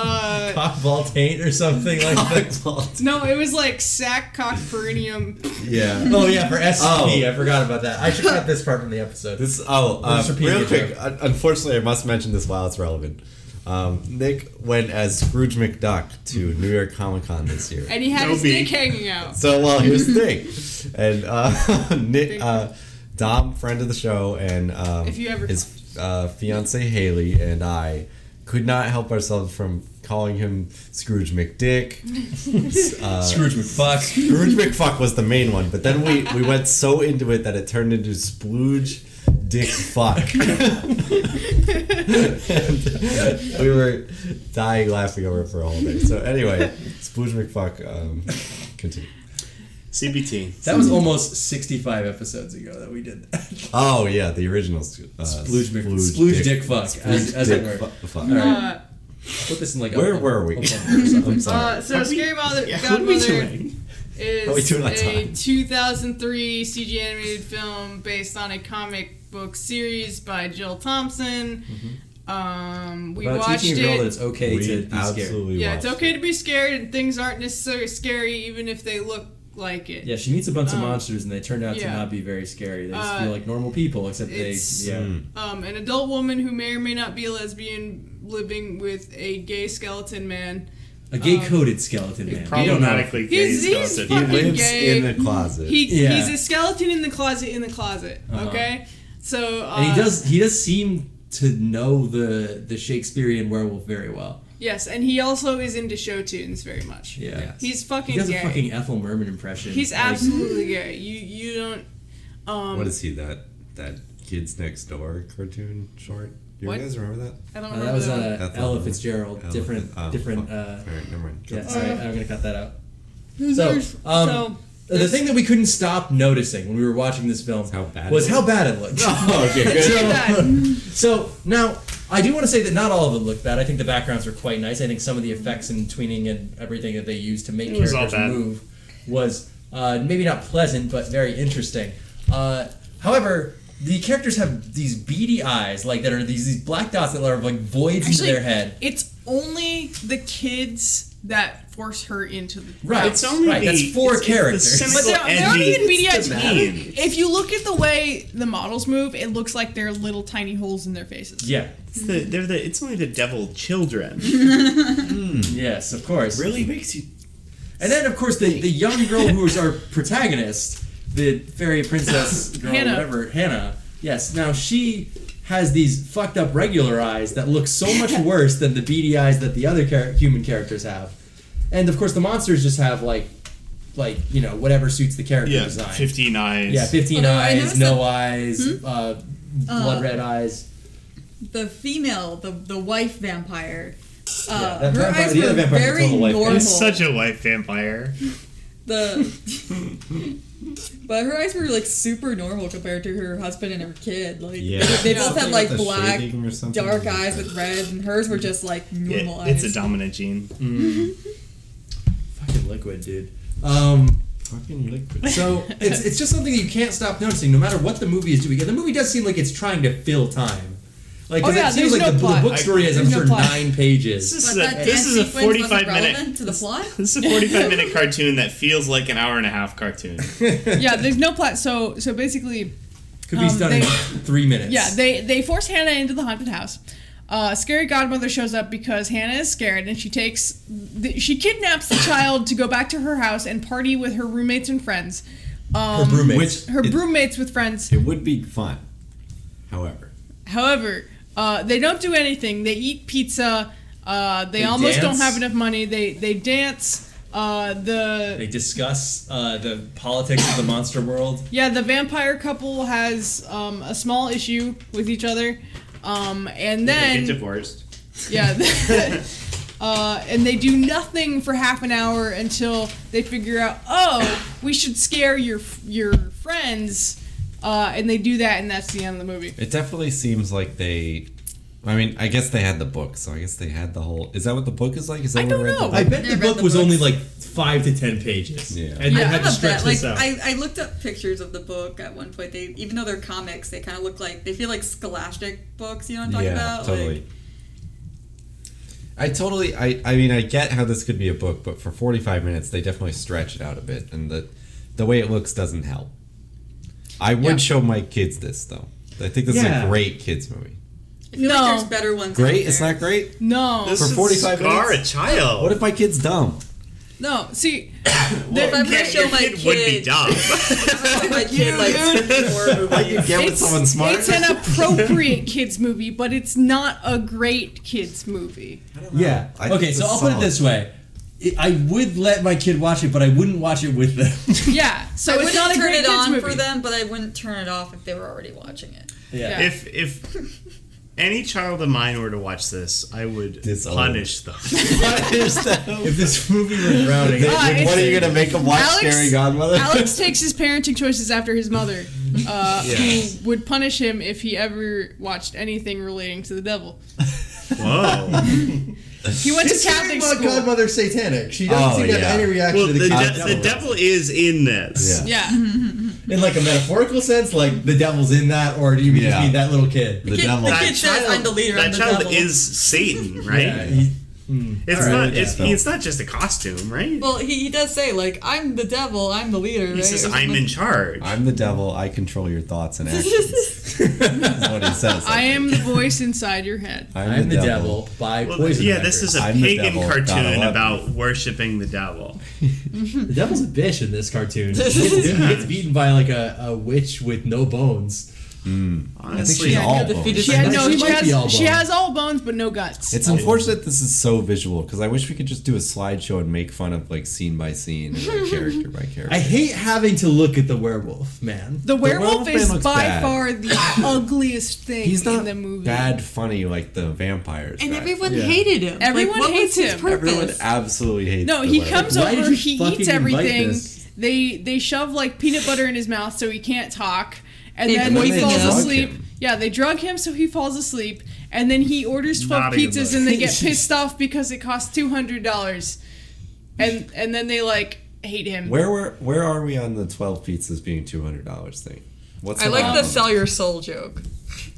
Speaker 3: uh,
Speaker 2: cock ball taint or something like that.
Speaker 3: no, it was like sack cock perineum.
Speaker 1: yeah.
Speaker 2: Oh yeah, for SP,
Speaker 1: Oh.
Speaker 2: I forgot about that. I should cut this part from the episode.
Speaker 1: This oh,
Speaker 2: We're
Speaker 1: uh,
Speaker 2: just repeating
Speaker 1: real
Speaker 2: it,
Speaker 1: quick.
Speaker 2: Joe.
Speaker 1: un- Unfortunately, I must mention this while it's relevant. Um, Nick went as Scrooge McDuck to New York Comic Con this year.
Speaker 3: And he had his
Speaker 5: Dopey.
Speaker 3: dick hanging out.
Speaker 1: So, well, here's the thing, and uh, Nick, uh, Dom, friend of the show, and um,
Speaker 3: If you ever-
Speaker 1: his uh, fiance Haley and I could not help ourselves from calling him Scrooge McDick.
Speaker 2: Scrooge McFuck.
Speaker 1: Scrooge McFuck was the main one, but then we, we went so into it that it turned into Splooge Dick Fuck. And we were dying laughing over it for a whole day. So anyway, Splooge McFuck, um, continue.
Speaker 7: CBT.
Speaker 2: That was almost 65 episodes ago that we did that.
Speaker 1: Oh yeah, the original uh,
Speaker 2: Splooge Mc- Splooge Dick Fuck,
Speaker 1: Splooge
Speaker 2: as- as it
Speaker 1: Dick
Speaker 2: were.
Speaker 1: Fu- Fuck.
Speaker 3: Uh,
Speaker 2: Put this in like.
Speaker 1: Where
Speaker 2: a,
Speaker 1: were we?
Speaker 2: a- a-
Speaker 1: I'm
Speaker 3: uh,
Speaker 1: sorry.
Speaker 3: so Scary Mother
Speaker 2: what are we
Speaker 3: Godmother
Speaker 2: doing?
Speaker 3: is
Speaker 1: What are we doing on
Speaker 3: a
Speaker 1: time?
Speaker 3: 2003 CG animated film based on a comic book series by Jill Thompson.
Speaker 1: Mm-hmm.
Speaker 3: Um, we
Speaker 2: About
Speaker 3: watched
Speaker 2: teaching a girl that
Speaker 3: it.
Speaker 2: it's okay
Speaker 1: we
Speaker 2: to be scared.
Speaker 1: absolutely
Speaker 3: Yeah, it's
Speaker 1: watched
Speaker 3: okay
Speaker 1: it.
Speaker 3: to be scared, and things aren't necessarily scary, even if they look like it.
Speaker 2: Yeah, she meets a bunch of
Speaker 3: Um,
Speaker 2: monsters and they turn out to
Speaker 3: yeah.
Speaker 2: not be very scary. They just
Speaker 3: Uh,
Speaker 2: feel like normal people, except they.
Speaker 3: it's-
Speaker 2: Yeah.
Speaker 1: Mm.
Speaker 3: Um, an adult woman who may or may not be a lesbian living with a gay skeleton man.
Speaker 2: A gay
Speaker 3: um,
Speaker 2: coded skeleton man. We don't know.
Speaker 5: Problematically gay
Speaker 3: He's- he's
Speaker 5: skeleton.
Speaker 1: He
Speaker 3: fucking
Speaker 1: lives
Speaker 3: gay.
Speaker 1: in the closet.
Speaker 3: He,
Speaker 2: Yeah. Uh-huh.
Speaker 3: He's a skeleton in the closet, in the closet. Okay? So. Uh,
Speaker 2: And he does. He does seem to know the the Shakespearean werewolf very well.
Speaker 3: Yes, and he also is into show tunes very much.
Speaker 2: Yeah.
Speaker 3: He's
Speaker 2: He
Speaker 3: fucking
Speaker 2: does
Speaker 3: gay.
Speaker 2: a fucking Ethel Merman impression.
Speaker 3: He's
Speaker 2: Like,
Speaker 3: absolutely gay. You you don't. Um,
Speaker 1: What is he? That that kids next door cartoon short. Do you
Speaker 3: What?
Speaker 1: guys remember that?
Speaker 3: I don't
Speaker 2: Uh,
Speaker 3: remember
Speaker 2: that was
Speaker 3: that.
Speaker 2: uh,
Speaker 1: Ethel
Speaker 2: Ella
Speaker 1: Merman.
Speaker 2: Fitzgerald.
Speaker 1: Ella-
Speaker 2: different.
Speaker 1: oh,
Speaker 2: different.
Speaker 1: fuck.
Speaker 2: Uh,
Speaker 1: All right, never mind. Go.
Speaker 2: yeah. Sorry, I'm gonna cut that out.
Speaker 3: Who's
Speaker 2: So,
Speaker 3: yours?
Speaker 2: um,
Speaker 3: so
Speaker 2: The thing that we couldn't stop noticing when we were watching this film
Speaker 1: How bad
Speaker 2: was
Speaker 1: it
Speaker 2: how bad it looked.
Speaker 1: Oh, okay, good.
Speaker 3: Very bad.
Speaker 2: so now I do want to say that not all of it looked bad. I think the backgrounds were quite nice. I think some of the effects and tweening and everything that they used to make
Speaker 5: was all
Speaker 2: characters
Speaker 5: bad.
Speaker 2: move was uh, maybe not pleasant but very interesting. Uh, however. The characters have these beady eyes, like that are these, these black dots that are like voids
Speaker 3: Actually,
Speaker 2: into their head.
Speaker 3: it's only the kids that force her into the.
Speaker 2: Right,
Speaker 5: It's only
Speaker 2: right.
Speaker 5: the-
Speaker 2: That's four
Speaker 5: it's- it's the
Speaker 2: characters.
Speaker 5: cynical-
Speaker 3: But they're, they're
Speaker 5: edgy.
Speaker 3: already in media.
Speaker 5: It's demean.
Speaker 3: If you look at the way the models move, it looks like they're little tiny holes in their faces.
Speaker 2: yeah,
Speaker 5: It's the, they're the, it's only the devil children.
Speaker 2: yes, of course.
Speaker 5: really makes you.
Speaker 2: And then, of course, the, the young girl who is our protagonist, the fairy princess girl,
Speaker 3: Hannah.
Speaker 2: whatever, Hannah. Yes, now she has these fucked up regular eyes that look so much worse than the beady eyes that the other char- human characters have. And of course, the monsters just have like, like you know, whatever suits the character
Speaker 7: Yeah,
Speaker 2: design.
Speaker 7: 59.
Speaker 2: Yeah, fifteen
Speaker 4: Although I
Speaker 2: eyes,
Speaker 4: noticed
Speaker 2: no
Speaker 4: that-
Speaker 2: eyes, uh, blood red eyes.
Speaker 4: the female, the the wife vampire. Uh,
Speaker 2: that
Speaker 4: her
Speaker 2: vampire-
Speaker 4: eyes
Speaker 2: the
Speaker 4: were
Speaker 2: other vampire's a
Speaker 4: very
Speaker 2: total wife.
Speaker 4: normal.
Speaker 2: It's
Speaker 7: Such a white vampire.
Speaker 4: the but her eyes were like super normal compared to her husband and her kid. Like
Speaker 1: Yeah.
Speaker 4: they, they both
Speaker 1: Something
Speaker 4: had like
Speaker 1: with the
Speaker 4: black,
Speaker 1: shading or something.
Speaker 4: dark eyes with red, and hers were just like
Speaker 7: It-
Speaker 4: normal eyes.
Speaker 7: it's a dominant gene.
Speaker 2: Fucking liquid, dude. Um,
Speaker 1: Fucking liquid.
Speaker 2: so it's it's just something that you can't stop noticing, no matter what the movie is doing. And the movie does seem like it's trying to fill time. Like, 'cause
Speaker 3: Oh, yeah,
Speaker 2: it seems
Speaker 3: there's
Speaker 2: like the,
Speaker 3: no plot.
Speaker 2: the book story has, I'm
Speaker 3: There's no
Speaker 2: sure,
Speaker 3: plot.
Speaker 2: nine pages.
Speaker 7: This
Speaker 4: but
Speaker 7: is
Speaker 4: that
Speaker 7: a,
Speaker 4: dance
Speaker 7: this is a
Speaker 4: sequence wasn't
Speaker 7: 45 minute.
Speaker 4: relevant to the plot.
Speaker 7: This is a 45 minute cartoon that feels like an hour and a half cartoon.
Speaker 3: yeah, there's no plot. So so basically,
Speaker 2: Could be
Speaker 3: Um,
Speaker 2: done
Speaker 3: they-
Speaker 2: in three minutes.
Speaker 3: yeah, they they force Hannah into the haunted house. Uh, scary godmother shows up because Hannah is scared, and she takes the, she kidnaps the child to go back to her house and party with her roommates and friends. Um,
Speaker 2: Her roommates.
Speaker 1: Which
Speaker 3: her
Speaker 1: it,
Speaker 3: roommates with friends.
Speaker 1: it would be fun. However,
Speaker 3: However, uh, they don't do anything. They eat pizza. Uh, they,
Speaker 2: They
Speaker 3: almost
Speaker 2: dance.
Speaker 3: don't have enough money. They they dance. Uh, the
Speaker 2: They discuss uh, the politics of the monster world.
Speaker 3: Yeah, the vampire couple has um, a small issue with each other, um, and
Speaker 7: They get
Speaker 3: then
Speaker 7: divorced.
Speaker 3: yeah, uh, and they do nothing for half an hour until they figure out, oh, we should scare your your friends, uh, and they do that, and that's the end of the movie.
Speaker 1: it definitely seems like they. I mean, I guess they had the book, so I guess they had the whole. Is that what the book is like? Is that
Speaker 3: I
Speaker 1: what
Speaker 3: don't
Speaker 1: read
Speaker 3: know.
Speaker 1: The
Speaker 2: I
Speaker 1: book?
Speaker 2: bet
Speaker 4: They
Speaker 2: the
Speaker 4: read
Speaker 2: book
Speaker 4: the
Speaker 2: was
Speaker 4: books.
Speaker 2: only like five to ten pages.
Speaker 1: Yeah.
Speaker 2: And they
Speaker 4: I
Speaker 2: had to
Speaker 4: have a
Speaker 2: stretch
Speaker 4: bet. Like
Speaker 2: this out.
Speaker 4: I, I looked up pictures of the book at one point. They even though they're comics, they kind of look like they feel like scholastic books. You know what I'm talking about?
Speaker 1: totally.
Speaker 4: Like,
Speaker 1: I totally. I. I mean, I get how this could be a book, but for forty-five minutes, they definitely stretch it out a bit, and the the way it looks doesn't help. I would
Speaker 3: Yeah.
Speaker 1: show my kids this though. I think this is
Speaker 2: Yeah.
Speaker 1: a great kids movie.
Speaker 4: I feel
Speaker 3: No.
Speaker 4: like there's better ones.
Speaker 1: Great.
Speaker 4: out
Speaker 1: It's
Speaker 4: there.
Speaker 1: not great.
Speaker 3: No,
Speaker 7: This
Speaker 1: For
Speaker 7: should
Speaker 1: 45
Speaker 7: scar
Speaker 1: minutes?
Speaker 7: a child.
Speaker 1: What if my kid's dumb?
Speaker 3: no. See,
Speaker 7: Well,
Speaker 4: If I'm gonna
Speaker 7: yeah,
Speaker 4: show
Speaker 7: your
Speaker 4: my
Speaker 7: kid would be
Speaker 4: kid-
Speaker 7: dumb.
Speaker 4: Like, my kid likes horror movies.
Speaker 1: I could get with
Speaker 3: it's,
Speaker 1: someone smart.
Speaker 3: it's an appropriate kids movie, but it's not a great kids movie.
Speaker 2: Yeah.
Speaker 1: I think
Speaker 2: okay,
Speaker 1: it's
Speaker 2: so I'll put it
Speaker 1: solid.
Speaker 2: this way. I- I would let my kid watch it, but I wouldn't watch it with them.
Speaker 3: Yeah, so
Speaker 4: I
Speaker 3: it's
Speaker 4: wouldn't
Speaker 3: not a
Speaker 4: turn
Speaker 3: great
Speaker 4: it
Speaker 3: kids
Speaker 4: on
Speaker 3: movie.
Speaker 4: for them, but I wouldn't turn it off if they were already watching it.
Speaker 2: yeah.
Speaker 3: Yeah.
Speaker 7: if if any child of mine were to watch this, I would
Speaker 1: Disown.
Speaker 7: punish them.
Speaker 2: If this movie were drowning,
Speaker 1: They-
Speaker 3: Ah,
Speaker 1: what are you
Speaker 3: it's-
Speaker 1: gonna make them watch?
Speaker 3: Alex-
Speaker 1: Scary Godmother.
Speaker 3: Alex takes his parenting choices after his mother, uh,
Speaker 1: Yes.
Speaker 3: who would punish him if he ever watched anything relating to the devil.
Speaker 7: Whoa.
Speaker 3: He went to Catholic school.
Speaker 2: Godmother Satanic. She
Speaker 1: doesn't Oh, seem to have yeah. any
Speaker 2: reaction
Speaker 7: Well, the, de-
Speaker 1: kid.
Speaker 7: the devil is in this.
Speaker 1: Yeah.
Speaker 3: Yeah,
Speaker 2: in like a metaphorical sense, like the devil's in that, or do you
Speaker 1: Yeah.
Speaker 2: just mean that little kid?
Speaker 1: The
Speaker 4: kid-
Speaker 1: devil.
Speaker 4: the kid says, "I'm the leader,
Speaker 7: That
Speaker 4: I'm the
Speaker 7: child
Speaker 4: devil."
Speaker 7: is Satan, right?
Speaker 2: Yeah, he-
Speaker 7: It's
Speaker 2: All right,
Speaker 7: not.
Speaker 2: yeah.
Speaker 7: it's, it's not just a costume, right?
Speaker 4: Well, he, he does say like, "I'm the devil, I'm the leader."
Speaker 7: he
Speaker 4: right?
Speaker 7: says,
Speaker 4: Or
Speaker 7: "I'm in charge."
Speaker 1: I'm the devil. I control your thoughts and actions. is what he says.
Speaker 3: I am the voice inside your head.
Speaker 1: I'm,
Speaker 2: I'm the devil by
Speaker 7: Well,
Speaker 2: poison.
Speaker 7: yeah, this is a
Speaker 1: I'm the
Speaker 7: pagan
Speaker 1: devil, God
Speaker 7: cartoon
Speaker 1: love
Speaker 7: about worshiping the devil.
Speaker 2: the devil's a bitch in this cartoon. He gets, he gets beaten by like a, a witch with no bones.
Speaker 1: I think
Speaker 7: Honestly,
Speaker 1: she's
Speaker 4: Yeah,
Speaker 1: all
Speaker 4: you're the
Speaker 1: bones.
Speaker 4: fetus
Speaker 3: She, had,
Speaker 2: She
Speaker 3: no, she,
Speaker 2: might be all
Speaker 3: has, she
Speaker 2: bones.
Speaker 3: has all bones but no guts.
Speaker 1: It's unfortunate this is so visual because I wish we could just do a slideshow and make fun of like scene by scene and like, character by character.
Speaker 2: I hate having to look at the werewolf, man.
Speaker 3: the werewolf
Speaker 1: werewolf man
Speaker 3: is
Speaker 1: looks
Speaker 3: by
Speaker 1: bad.
Speaker 3: far the ugliest thing
Speaker 1: He's not
Speaker 3: in the movie.
Speaker 1: bad funny like the vampires.
Speaker 4: And
Speaker 1: guy.
Speaker 4: everyone
Speaker 2: Yeah.
Speaker 4: hated him.
Speaker 3: Everyone
Speaker 4: like, what
Speaker 3: hates
Speaker 4: was his
Speaker 3: him.
Speaker 4: Purpose?
Speaker 1: everyone absolutely hates.
Speaker 3: No,
Speaker 1: the
Speaker 3: he
Speaker 1: werewolf.
Speaker 3: comes
Speaker 2: Why did
Speaker 3: over,
Speaker 2: you
Speaker 3: he
Speaker 2: fucking
Speaker 3: eats
Speaker 2: invite
Speaker 3: everything.
Speaker 2: this?
Speaker 3: They they shove like peanut butter in his mouth so he can't talk. And
Speaker 4: They
Speaker 3: then he
Speaker 4: poison
Speaker 3: falls
Speaker 4: him.
Speaker 3: asleep.
Speaker 1: Drug him.
Speaker 3: Yeah, they drug him so he falls asleep. And then he orders twelve
Speaker 7: Not a good
Speaker 3: pizzas
Speaker 7: look.
Speaker 3: and they get pissed off because it costs two hundred dollars. And and then they like hate him.
Speaker 1: Where were where are we on the twelve pizzas being two hundred dollars thing? What's
Speaker 4: I like the
Speaker 1: problem?
Speaker 4: sell your soul joke.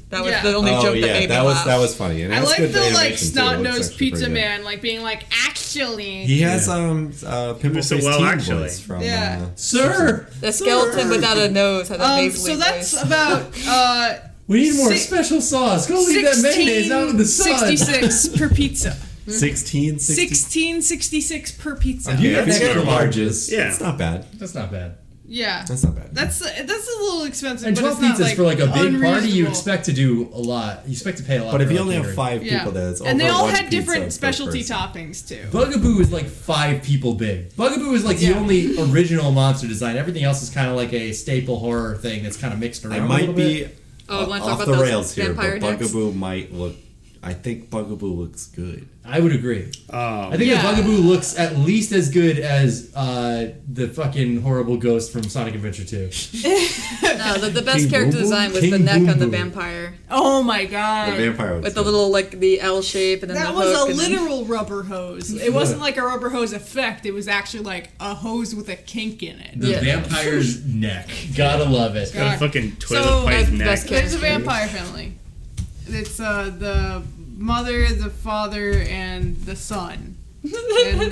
Speaker 4: That was
Speaker 3: Yeah.
Speaker 4: the only
Speaker 1: Oh
Speaker 4: joke that
Speaker 1: yeah,
Speaker 4: made
Speaker 1: that
Speaker 4: me
Speaker 1: was
Speaker 4: laugh.
Speaker 1: that was funny. And
Speaker 3: I
Speaker 1: that's
Speaker 3: like
Speaker 1: good
Speaker 3: the
Speaker 1: animation,
Speaker 3: like
Speaker 1: too. It
Speaker 3: snot
Speaker 1: looks
Speaker 3: nosed
Speaker 1: actually pretty
Speaker 3: pizza
Speaker 1: good.
Speaker 3: man like being like actually
Speaker 1: He has
Speaker 2: Yeah.
Speaker 1: um uh pimple
Speaker 7: Mr.
Speaker 1: face
Speaker 7: Well,
Speaker 1: teen
Speaker 7: actually.
Speaker 1: voice from
Speaker 3: Yeah.
Speaker 1: uh,
Speaker 2: Sir,
Speaker 4: The skeleton without a nose had a
Speaker 3: Um,
Speaker 4: nasally
Speaker 3: so that's
Speaker 4: voice.
Speaker 3: about uh
Speaker 2: we need more
Speaker 3: Six-
Speaker 2: special sauce. Go leave that mayonnaise out in the sun.
Speaker 3: 1666 per pizza.
Speaker 1: 16, 16
Speaker 3: 1666 per pizza.
Speaker 1: Okay,
Speaker 2: Yeah,
Speaker 1: if it's
Speaker 2: that's
Speaker 1: your
Speaker 2: good.
Speaker 1: largest,
Speaker 7: Yeah.
Speaker 1: it's not bad.
Speaker 2: That's not bad.
Speaker 3: Yeah.
Speaker 1: That's not bad.
Speaker 3: That's that's a little expensive.
Speaker 2: And
Speaker 3: but
Speaker 2: twelve
Speaker 3: it's not,
Speaker 2: pizzas for like a big party, you
Speaker 3: unreasonable.
Speaker 2: expect to do a lot. You expect to pay a lot.
Speaker 1: but if
Speaker 2: for
Speaker 1: you
Speaker 2: a
Speaker 1: only have
Speaker 2: catering.
Speaker 1: five
Speaker 3: Yeah.
Speaker 1: people, then it's
Speaker 3: and they
Speaker 1: over
Speaker 3: all
Speaker 1: one
Speaker 3: had
Speaker 1: pizza per
Speaker 3: different specialty
Speaker 1: person.
Speaker 3: toppings too.
Speaker 2: Bugaboo is like five people big. Bugaboo is like
Speaker 3: Yeah.
Speaker 2: the only original monster design. Everything else is kind of like a staple horror thing that's kind of mixed around.
Speaker 1: I
Speaker 2: a
Speaker 1: might
Speaker 2: little bit.
Speaker 1: be.
Speaker 4: Oh, I want to
Speaker 1: off
Speaker 4: talk about
Speaker 1: the
Speaker 4: those
Speaker 1: rails here,
Speaker 4: vampire
Speaker 1: but
Speaker 4: next?
Speaker 1: Bugaboo might look. I think Bugaboo looks good.
Speaker 8: I would agree.
Speaker 7: oh,
Speaker 5: Um,
Speaker 8: I think
Speaker 3: Yeah.
Speaker 8: that Bugaboo looks at least as good as uh, the fucking horrible ghost from Sonic Adventure 2.
Speaker 4: No, the, the best
Speaker 8: King
Speaker 4: character
Speaker 8: Boo Boo?
Speaker 4: design was the
Speaker 8: King
Speaker 4: neck
Speaker 8: Boo
Speaker 4: on the
Speaker 8: Boo.
Speaker 4: vampire
Speaker 3: Oh my
Speaker 1: The
Speaker 3: god.
Speaker 1: vampire looks
Speaker 4: with the
Speaker 1: good.
Speaker 4: little like the L shape and then
Speaker 3: that
Speaker 4: the
Speaker 3: was
Speaker 4: hook
Speaker 3: a
Speaker 4: and then-
Speaker 3: literal rubber hose. It wasn't like a rubber hose effect. It was actually like a hose with a kink in it.
Speaker 2: The
Speaker 4: Yeah.
Speaker 2: vampire's neck.
Speaker 8: Gotta love it.
Speaker 5: got a fucking toilet
Speaker 3: So,
Speaker 5: pipe
Speaker 4: that's the
Speaker 5: neck.
Speaker 4: best
Speaker 3: There's a vampire family. It's uh, the mother, the father, and the son, and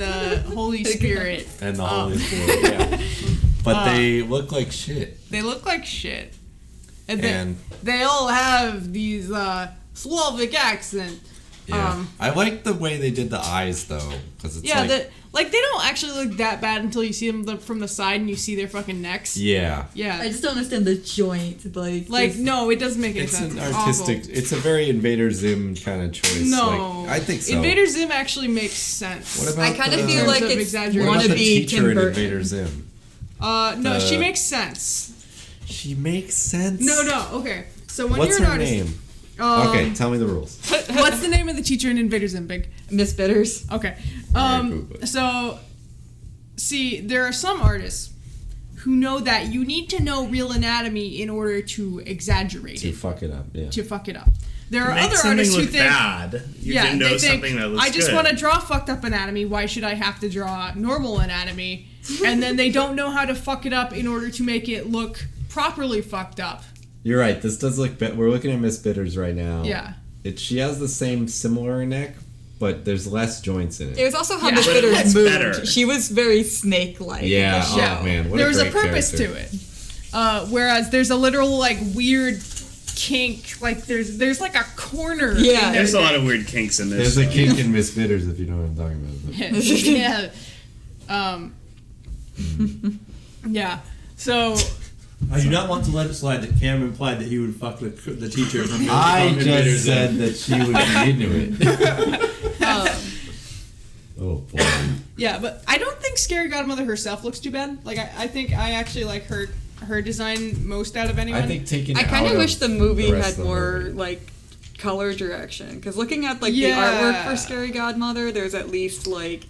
Speaker 3: the Holy Spirit.
Speaker 1: and the
Speaker 3: Oh.
Speaker 1: Holy Spirit. Yeah, but they look like shit.
Speaker 3: They look like shit, and they,
Speaker 1: And
Speaker 3: they all have these uh, Slavic accent.
Speaker 1: yeah,
Speaker 3: um,
Speaker 1: I like the way they did the eyes though, because it's
Speaker 3: Yeah,
Speaker 1: like
Speaker 3: that like they don't actually look that bad until you see them the- from the side and you see their fucking necks.
Speaker 1: yeah.
Speaker 3: Yeah.
Speaker 4: I just don't understand the joint, like
Speaker 3: like
Speaker 4: just-
Speaker 3: no, it doesn't make any
Speaker 1: It's
Speaker 3: sense.
Speaker 1: an
Speaker 3: It's
Speaker 1: artistic.
Speaker 3: awful.
Speaker 1: It's a very Invader Zim kind of choice.
Speaker 3: No,
Speaker 1: like, I think so.
Speaker 3: Invader Zim actually makes sense.
Speaker 1: What about
Speaker 4: I kind
Speaker 1: the-
Speaker 4: of feel
Speaker 3: terms
Speaker 4: like
Speaker 3: of
Speaker 4: it's
Speaker 3: exaggeration.
Speaker 1: What about
Speaker 4: wanna
Speaker 1: the
Speaker 4: be
Speaker 1: teacher
Speaker 4: Tim
Speaker 1: in
Speaker 4: Burton.
Speaker 1: Invader Zim?
Speaker 3: Uh, no,
Speaker 1: The-
Speaker 3: she makes sense.
Speaker 1: She makes sense.
Speaker 3: No, no, okay. So when
Speaker 1: What's
Speaker 3: you're an
Speaker 1: her
Speaker 3: artist,
Speaker 1: name?
Speaker 3: Um,
Speaker 1: okay, tell me the rules.
Speaker 3: what's the name of the teacher in Invader Zim? Big.
Speaker 4: Miss Bitters.
Speaker 3: Okay.
Speaker 1: Alright,
Speaker 3: Um,
Speaker 1: cool, cool.
Speaker 3: so, see, there are some artists who know that you need to know real anatomy in order to exaggerate
Speaker 1: To
Speaker 3: it,
Speaker 1: fuck it up. Yeah.
Speaker 3: to fuck it up. There are
Speaker 5: Make
Speaker 3: other
Speaker 5: something
Speaker 3: artists who
Speaker 5: look
Speaker 3: think.
Speaker 5: bad. You
Speaker 3: yeah,
Speaker 5: can know
Speaker 3: they think,
Speaker 5: something that looks
Speaker 3: I just
Speaker 5: good.
Speaker 3: want to draw fucked up anatomy. Why should I have to draw normal anatomy? and then they don't know how to fuck it up in order to make it look properly fucked up.
Speaker 1: You're right. This does look. Bet- we're looking at Miss Bitters right now.
Speaker 3: Yeah.
Speaker 1: It, she has the same similar neck, but there's less joints in it.
Speaker 4: It was also how
Speaker 3: Yeah.
Speaker 4: Miss
Speaker 3: But
Speaker 4: Bitters
Speaker 5: it's
Speaker 4: moved.
Speaker 5: better.
Speaker 4: She was very snake-like.
Speaker 1: yeah.
Speaker 4: In the show.
Speaker 1: Oh man. What
Speaker 3: there
Speaker 1: a
Speaker 3: was a
Speaker 1: great
Speaker 3: purpose
Speaker 1: character.
Speaker 3: to it. Uh, whereas there's a literal like weird kink, like there's there's like a corner. in
Speaker 4: Yeah.
Speaker 3: there
Speaker 5: There's a lot of weird kinks in this.
Speaker 1: There's a kink in Miss Bitters if you know what I'm talking about. but-
Speaker 3: yeah. Um, yeah. So
Speaker 9: I do not want to let it slide that Cam implied that he would fuck the, the teacher from
Speaker 1: I
Speaker 9: from Invader
Speaker 1: just
Speaker 9: Zim.
Speaker 1: said that she would be into it.
Speaker 4: Um,
Speaker 1: Oh boy.
Speaker 3: yeah, but I don't think Scary Godmother herself looks too bad. Like I, I think I actually like her her design most out of anyone.
Speaker 1: I think taking.
Speaker 4: I kind
Speaker 1: out
Speaker 4: of wish the movie
Speaker 1: rest
Speaker 4: had
Speaker 1: of the
Speaker 4: more
Speaker 1: movie.
Speaker 4: like color direction because looking at like the
Speaker 3: Yeah.
Speaker 4: artwork for Scary Godmother, there's at least like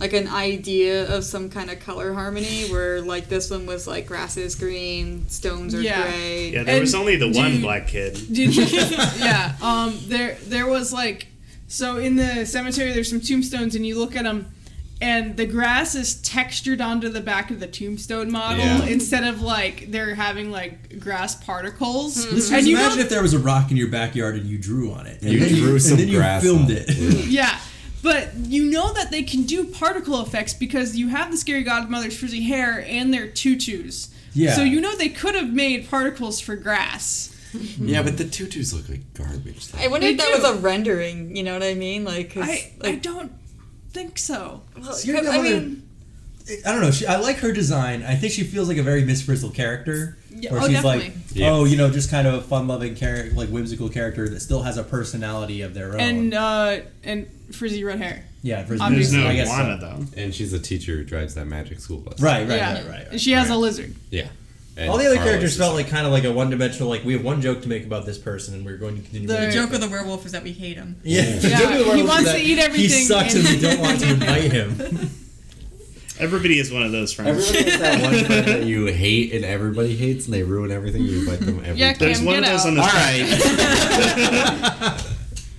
Speaker 4: like an idea of some kind of color harmony where like this one was like grasses green, stones are
Speaker 3: Yeah.
Speaker 4: gray.
Speaker 5: yeah, there
Speaker 3: and
Speaker 5: was only the
Speaker 3: do
Speaker 5: one
Speaker 3: you-
Speaker 5: black kid.
Speaker 3: Did you, yeah. Um. There. There was like. So in the cemetery, there's some tombstones, and you look at them, and the grass is textured onto the back of the tombstone model
Speaker 1: Yeah.
Speaker 3: instead of like they're having like grass particles.
Speaker 9: Listeners,
Speaker 3: And you
Speaker 9: imagine
Speaker 3: know-
Speaker 9: if there was a rock in your backyard and you drew on it. And
Speaker 1: You
Speaker 9: then
Speaker 1: drew
Speaker 9: and
Speaker 1: some
Speaker 9: then you
Speaker 1: grass
Speaker 9: filmed
Speaker 1: on
Speaker 9: it.
Speaker 1: it.
Speaker 3: Yeah. But you know that they can do particle effects because you have the scary godmother's frizzy hair and their tutus.
Speaker 9: Yeah.
Speaker 3: So you know they could have made particles for grass.
Speaker 1: Yeah, but the tutus look like garbage. though.
Speaker 4: I wonder
Speaker 3: They
Speaker 4: if that
Speaker 3: do.
Speaker 4: was a rendering. You know what I mean? Like, 'cause,
Speaker 3: I, I
Speaker 4: like
Speaker 3: don't think so.
Speaker 4: well,
Speaker 9: Scary
Speaker 4: 'cause, I
Speaker 9: Godmother-
Speaker 4: mean,
Speaker 9: I don't know. She, I like her design. I think she feels like a very Miss Frizzle character.
Speaker 3: Yeah,
Speaker 9: where
Speaker 3: oh,
Speaker 9: she's
Speaker 3: definitely.
Speaker 9: like, oh, you know, just kind of a fun-loving character, like whimsical character that still has a personality of
Speaker 2: Oh.
Speaker 9: their own.
Speaker 3: And uh and frizzy red hair.
Speaker 9: yeah, Frizzle,
Speaker 5: There's
Speaker 3: obviously,
Speaker 5: no
Speaker 9: I guess so.
Speaker 5: Juana though.
Speaker 1: And she's a teacher who drives that magic school bus.
Speaker 9: Right, right,
Speaker 3: yeah.
Speaker 9: right, right,
Speaker 3: And
Speaker 9: right.
Speaker 3: she has a
Speaker 1: Right.
Speaker 3: lizard.
Speaker 1: Yeah. And
Speaker 2: All the other
Speaker 1: Carlos
Speaker 2: characters
Speaker 1: is
Speaker 2: felt like kind of like a one-dimensional. Like we have one joke to make about this person, and we're going to continue.
Speaker 3: The-
Speaker 2: making-
Speaker 3: joke
Speaker 4: with the werewolf is that we hate him.
Speaker 2: yeah, the
Speaker 3: Yeah,
Speaker 2: joke of the
Speaker 3: he
Speaker 2: werewolf is
Speaker 3: wants
Speaker 2: that
Speaker 3: to eat everything
Speaker 2: He sucks, and we
Speaker 3: and-
Speaker 2: don't want to invite him.
Speaker 5: Everybody is one of those friends.
Speaker 1: Everybody has that one friend that you hate and everybody hates and they ruin everything. You invite them every
Speaker 3: Yeah,
Speaker 1: time.
Speaker 5: There's
Speaker 3: Cam,
Speaker 5: one
Speaker 3: get
Speaker 5: of those
Speaker 3: out.
Speaker 5: on the
Speaker 1: All right.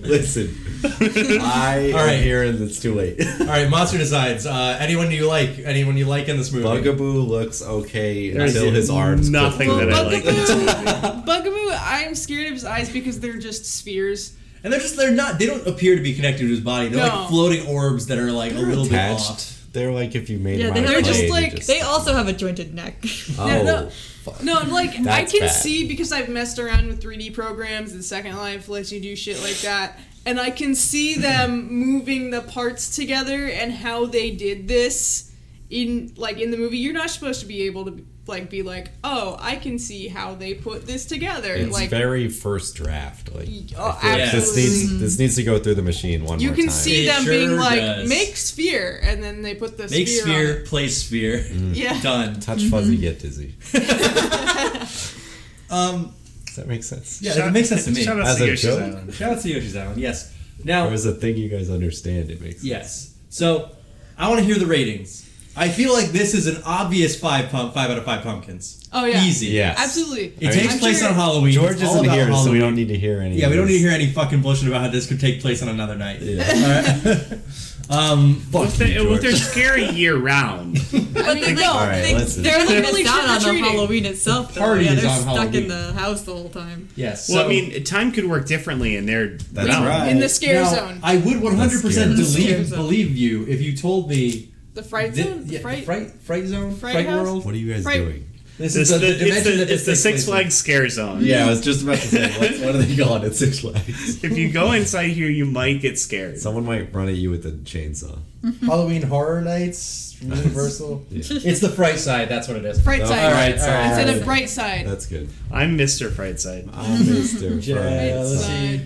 Speaker 1: Listen, I
Speaker 2: All right.
Speaker 1: am here and it's too late.
Speaker 2: All right, monster designs. Uh, anyone you like? Anyone you like in this movie?
Speaker 1: Bugaboo looks okay
Speaker 5: There's
Speaker 1: until his arms.
Speaker 5: nothing
Speaker 1: quit
Speaker 5: that I
Speaker 1: working.
Speaker 5: like. in this movie.
Speaker 3: Bugaboo, I'm scared of his eyes because they're just spheres.
Speaker 2: And they're just they're not. They don't appear to be connected to his body. They're
Speaker 3: No.
Speaker 2: like floating orbs that are like a
Speaker 1: They're
Speaker 2: little bit off.
Speaker 1: attached. They're like if you made
Speaker 4: Yeah,
Speaker 1: them
Speaker 4: they
Speaker 1: out of
Speaker 4: were
Speaker 1: clay,
Speaker 4: just
Speaker 1: they
Speaker 3: like-
Speaker 4: They also have a jointed neck.
Speaker 1: oh,
Speaker 3: no.
Speaker 1: fuck.
Speaker 3: No, like I
Speaker 1: That's
Speaker 3: can
Speaker 1: bad.
Speaker 3: see because I've messed around with 3D programs and Second Life lets you do shit like that. And I can see them moving the parts together and how they did this in like in the movie. You're not supposed to be able to like be like, "Oh, I can see how they put this together."
Speaker 1: It's
Speaker 3: like
Speaker 1: very first draft. Like,
Speaker 3: Oh,
Speaker 1: I feel like this
Speaker 3: absolutely.
Speaker 1: needs this needs to go through the machine one
Speaker 3: you
Speaker 1: more
Speaker 3: can
Speaker 1: time.
Speaker 3: see
Speaker 2: It
Speaker 3: them
Speaker 2: sure
Speaker 3: being like,
Speaker 2: does.
Speaker 3: "Make sphere," and then they put the
Speaker 2: Make
Speaker 3: sphere.
Speaker 2: sphere,
Speaker 3: on it.
Speaker 2: play sphere.
Speaker 1: Mm.
Speaker 3: Yeah. Mm-hmm.
Speaker 2: Done.
Speaker 1: touch fuzzy, get dizzy.
Speaker 2: Um,
Speaker 1: that makes sense.
Speaker 2: Yeah, it makes sense to me.
Speaker 5: Shout out
Speaker 1: As
Speaker 5: to
Speaker 1: a
Speaker 5: Yoshi's
Speaker 1: joke?
Speaker 5: Island.
Speaker 2: Shout out to Yoshi's Island. Yes. Now,
Speaker 1: Or is a thing you guys understand? It makes
Speaker 2: yes. So, I want to hear the ratings. I feel like this is an obvious five pump, five out of five pumpkins.
Speaker 3: Oh, yeah.
Speaker 2: Easy.
Speaker 1: Yeah.
Speaker 3: Absolutely.
Speaker 2: It
Speaker 1: I
Speaker 2: takes
Speaker 1: mean-
Speaker 2: place
Speaker 3: sure-
Speaker 2: on Halloween.
Speaker 1: George
Speaker 2: It's all
Speaker 1: isn't
Speaker 2: about
Speaker 1: here, so we
Speaker 2: Halloween.
Speaker 1: don't need to hear any.
Speaker 2: Yeah,
Speaker 1: of
Speaker 2: we don't need
Speaker 1: this.
Speaker 2: to hear any fucking bullshit about how this could take place on another night.
Speaker 1: Yeah.
Speaker 2: All right. um,
Speaker 1: Fuck
Speaker 5: Well, they,
Speaker 1: you,
Speaker 5: well,
Speaker 1: George.
Speaker 5: they're scary year round.
Speaker 4: But they, like,
Speaker 1: All right,
Speaker 4: they,
Speaker 1: let's-
Speaker 4: they're like
Speaker 3: Really
Speaker 4: missed out on the
Speaker 3: trick-or-treating.
Speaker 4: Halloween itself. Though.
Speaker 8: party
Speaker 4: Yeah,
Speaker 8: is
Speaker 4: they're
Speaker 8: on
Speaker 4: stuck
Speaker 8: Halloween.
Speaker 4: in the house the whole time.
Speaker 8: Yes.
Speaker 5: Well,
Speaker 8: so-
Speaker 5: I mean, time could work differently in their
Speaker 1: That's
Speaker 5: realm.
Speaker 1: right.
Speaker 3: In the scare
Speaker 8: Now,
Speaker 3: zone.
Speaker 8: I would 100%
Speaker 1: The
Speaker 4: scare
Speaker 8: believe,
Speaker 4: zone.
Speaker 8: believe you if you told me
Speaker 3: The fright
Speaker 2: thi-
Speaker 3: zone? The
Speaker 2: yeah,
Speaker 3: fright?
Speaker 2: fright, fright zone,
Speaker 3: Fright
Speaker 2: fright,
Speaker 3: house?
Speaker 2: world.
Speaker 1: What are you guys
Speaker 3: Right.
Speaker 1: doing?
Speaker 2: This
Speaker 5: It's the, it's
Speaker 2: dimension
Speaker 5: the,
Speaker 2: that
Speaker 5: it's the
Speaker 2: this takes
Speaker 5: Six
Speaker 2: place in.
Speaker 5: Flags scare zone.
Speaker 1: Yeah, I was just about to say. What, what are they calling it? Six Flags.
Speaker 5: If you go inside here, you might get scared.
Speaker 1: Someone might run at you with a chainsaw.
Speaker 2: Halloween Horror Nights from Universal.
Speaker 1: Yeah.
Speaker 2: it's the Fright Side. That's what it is.
Speaker 3: Bright
Speaker 1: Oh,
Speaker 3: side.
Speaker 1: all right,
Speaker 2: all right.
Speaker 3: Instead of bright side.
Speaker 1: That's good.
Speaker 5: I'm Mr. Frightside.
Speaker 1: I'm Mr.
Speaker 2: Jealousy.
Speaker 1: Fries.